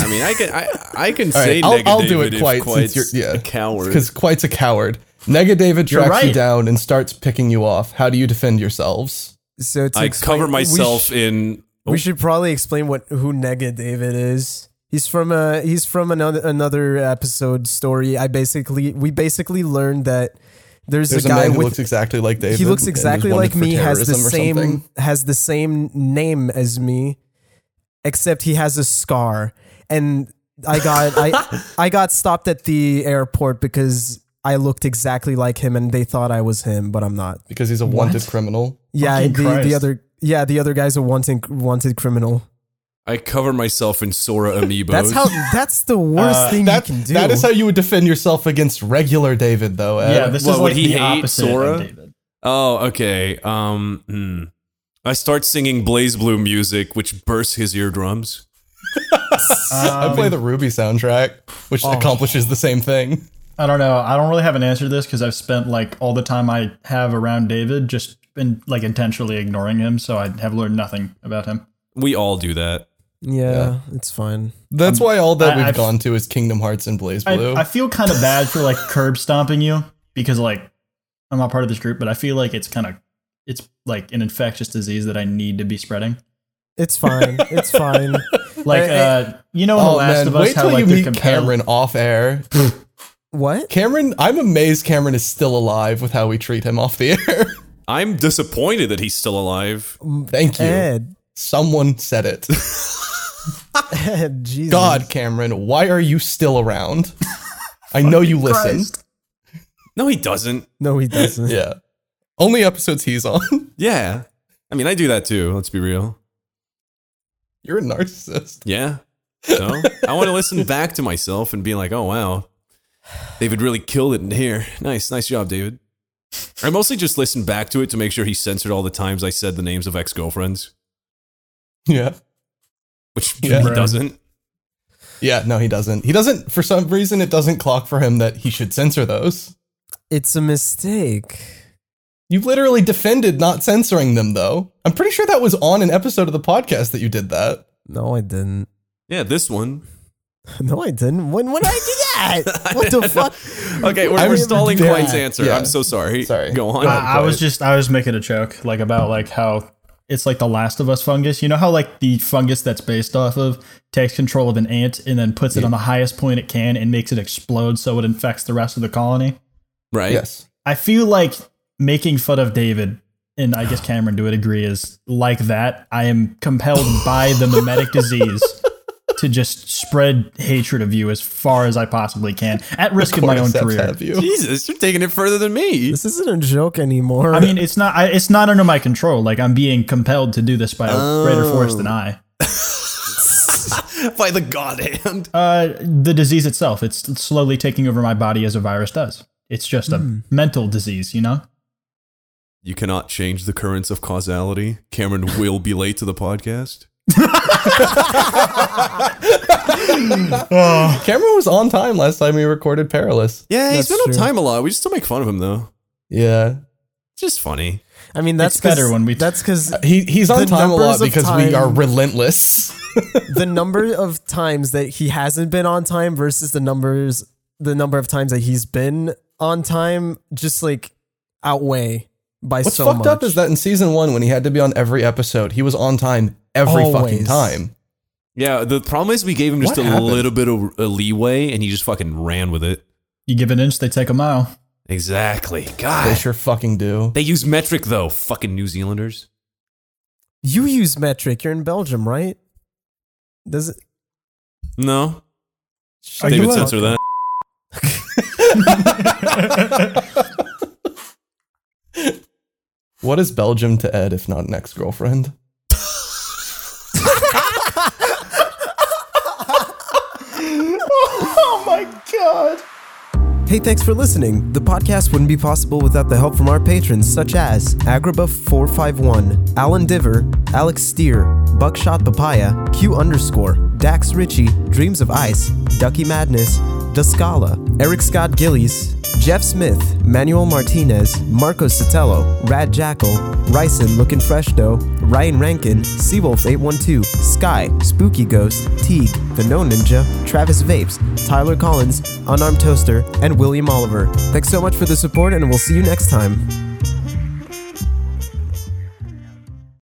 Speaker 2: I mean, I can I, I can say
Speaker 4: I'll-
Speaker 2: negative
Speaker 4: I'll do it
Speaker 2: if
Speaker 4: quite,
Speaker 2: Quite's
Speaker 4: since you're- yeah.
Speaker 2: a coward.
Speaker 4: because Quite's a coward. Nega David
Speaker 3: You're
Speaker 4: tracks you
Speaker 3: right.
Speaker 4: down and starts picking you off. How do you defend yourselves?
Speaker 1: So to
Speaker 2: I
Speaker 1: explain-
Speaker 2: cover
Speaker 1: we
Speaker 2: myself
Speaker 1: sh-
Speaker 2: in.
Speaker 1: We should probably explain what who Nega David is. He's from a he's from another another episode story. I basically we basically learned that there's,
Speaker 4: There's
Speaker 1: a
Speaker 4: a,
Speaker 1: guy
Speaker 4: man who
Speaker 1: with
Speaker 4: looks exactly like David.
Speaker 1: he looks
Speaker 4: and is
Speaker 1: exactly
Speaker 4: wanted
Speaker 1: like
Speaker 4: for
Speaker 1: me has the
Speaker 4: terrorism or
Speaker 1: same
Speaker 4: something.
Speaker 1: has the same name as me except he has a scar and i got i i got stopped at the airport because i looked exactly like him and they thought i was him but i'm not
Speaker 4: because he's a wanted criminal.
Speaker 1: yeah
Speaker 3: Fucking
Speaker 1: the, the
Speaker 3: Christ.
Speaker 1: other yeah the other guy's a wanted wanted criminal
Speaker 2: I cover myself in Sora amiibos.
Speaker 1: that's how Oh, that's the worst
Speaker 2: Uh,
Speaker 1: thing
Speaker 4: That,
Speaker 1: you can do
Speaker 4: that is how you would defend yourself against regular David, though. Ed.
Speaker 3: yeah, this
Speaker 2: what,
Speaker 3: is
Speaker 2: would
Speaker 3: like
Speaker 2: he
Speaker 3: the
Speaker 2: hate
Speaker 3: opposite
Speaker 2: Sora?
Speaker 3: of David.
Speaker 2: Oh, okay. Um, hmm. I start singing Blaze Blue music, which bursts his eardrums.
Speaker 4: I
Speaker 3: Um,
Speaker 4: play the Ruby soundtrack, which
Speaker 3: oh.
Speaker 4: accomplishes the same thing.
Speaker 3: I don't know. I don't really have an answer to this because I've spent like all the time I have around David just been like intentionally ignoring him, so I have learned nothing about him.
Speaker 2: We all do that.
Speaker 1: yeah, it's fine
Speaker 4: That's why all that
Speaker 3: Um, I-
Speaker 4: we've
Speaker 3: I've-
Speaker 4: gone to is Kingdom Hearts and Blaze
Speaker 3: I,
Speaker 4: Blue.
Speaker 3: I feel kind of bad for like curb stomping you because like I'm not part of this group, but I feel like it's kind of it's like an infectious disease that I need to be spreading.
Speaker 1: it's fine it's fine
Speaker 3: Like
Speaker 1: Hey,
Speaker 3: uh, you know, in The
Speaker 4: oh
Speaker 3: Last
Speaker 4: man,
Speaker 3: of Us,
Speaker 4: wait
Speaker 3: how
Speaker 4: till
Speaker 3: like
Speaker 4: you
Speaker 3: they're
Speaker 4: meet
Speaker 3: compared.
Speaker 4: Cameron off air.
Speaker 1: what
Speaker 4: Cameron, I'm amazed Cameron is still alive with how we treat him off the air.
Speaker 2: I'm disappointed that he's still alive.
Speaker 4: Thank you.
Speaker 1: ed
Speaker 4: Someone said it.
Speaker 1: ed jesus
Speaker 4: God, Cameron, why are you still around? I know you listen.
Speaker 2: No, he doesn't.
Speaker 1: no he doesn't
Speaker 4: Yeah. Only episodes he's on.
Speaker 2: Yeah. I mean, I do that too. Let's be real.
Speaker 4: You're a narcissist.
Speaker 2: Yeah. So I want to listen back to myself and be like, oh, wow. David really killed it in here. Nice. Nice job, David. I mostly just listen back to it to make sure he censored all the times I said the names of ex girlfriends,
Speaker 4: Yeah.
Speaker 2: which
Speaker 4: Yeah.
Speaker 2: he
Speaker 3: Right.
Speaker 2: doesn't.
Speaker 4: Yeah, no, he doesn't. He doesn't, for some reason, it doesn't clock for him that he should censor those.
Speaker 1: It's a mistake.
Speaker 4: You literally defended not censoring them, though. I'm pretty sure that was on an episode of the podcast that you did that.
Speaker 1: No, I didn't.
Speaker 2: Yeah, this one.
Speaker 1: No, I didn't. When when I do that? What the fuck?
Speaker 2: Okay, we're,
Speaker 4: I'm
Speaker 2: we're stalling
Speaker 4: dead.
Speaker 2: Quite's answer.
Speaker 4: Yeah.
Speaker 2: I'm so sorry.
Speaker 4: Sorry.
Speaker 2: Go on.
Speaker 3: I, I was just I was making a joke like about like how it's like the Last of Us fungus. You know how like the fungus that's based off of takes control of an ant and then puts it on the highest point it can and makes it explode so it infects the rest of the colony.
Speaker 2: right.
Speaker 4: Yes.
Speaker 3: I feel like making fun of David and I guess Cameron to a degree is like that. I am compelled by the mimetic disease to just spread hatred of you as far as I possibly can at risk of my own
Speaker 4: Cordyceps
Speaker 3: career.
Speaker 4: have you.
Speaker 2: Jesus, you're taking it further than me.
Speaker 1: This isn't a joke anymore.
Speaker 3: I mean, it's not. I, it's not under my control. Like I'm being compelled to do this by a greater force than I.
Speaker 2: By the God hand.
Speaker 3: Uh, the disease itself. It's slowly taking over my body as a virus does. It's just a mental disease, you know.
Speaker 2: You cannot change the currents of causality. Cameron will be late to the podcast.
Speaker 1: Oh.
Speaker 4: Cameron was on time last time we recorded Perilous.
Speaker 2: Yeah, he's
Speaker 1: That's
Speaker 2: been
Speaker 1: true.
Speaker 2: on time a lot. We just still make fun of him though.
Speaker 4: Yeah.
Speaker 2: It's just funny.
Speaker 1: I mean that's
Speaker 3: It's better
Speaker 1: 'cause-
Speaker 3: when we-
Speaker 1: That's because
Speaker 4: He, he's on
Speaker 1: The
Speaker 4: time a
Speaker 1: numbers
Speaker 4: lot
Speaker 1: of
Speaker 4: because we
Speaker 1: time-
Speaker 4: are relentless.
Speaker 1: the number of times that he hasn't been on time versus the numbers the number of times that he's been on time just like outweigh by
Speaker 4: What's
Speaker 1: so
Speaker 4: fucked
Speaker 1: much.
Speaker 4: up is that in season one, when he had to be on every episode, he was on time every fucking
Speaker 1: Always.
Speaker 4: time.
Speaker 2: Yeah, the problem is we gave him just
Speaker 4: What
Speaker 2: a
Speaker 4: happened?
Speaker 2: little bit of uh, leeway, and he just fucking ran with it.
Speaker 3: You give an inch, they take a mile.
Speaker 2: Exactly.
Speaker 4: They
Speaker 2: God,
Speaker 4: sure fucking do.
Speaker 2: they use metric though. Fucking New Zealanders.
Speaker 1: you use metric. You're in Belgium, right? Does it?
Speaker 2: No,
Speaker 3: Are
Speaker 2: they
Speaker 3: you
Speaker 2: would
Speaker 3: a-
Speaker 2: censor that.
Speaker 4: What is Belgium to Ed if not an ex girlfriend?
Speaker 1: Hey, thanks for listening. The podcast wouldn't be possible without the help from our patrons, such as Agrabah451, Alan Diver, Alex Steer, Buckshot Papaya, Q underscore, Dax Ritchie, Dreams of Ice, Ducky Madness, Dascala, Eric Scott Gillies, Jeff Smith, Manuel Martinez, Marco Sotelo, Rad Jackal, Ryson Looking Fresh Dough, Ryan Rankin, Seawolf812, Sky, Spooky Ghost, Teague, The No Ninja, Travis Vapes, Tyler Collins, Unarmed Toaster, and William Oliver. Thanks so much for the support, and we'll see you next time.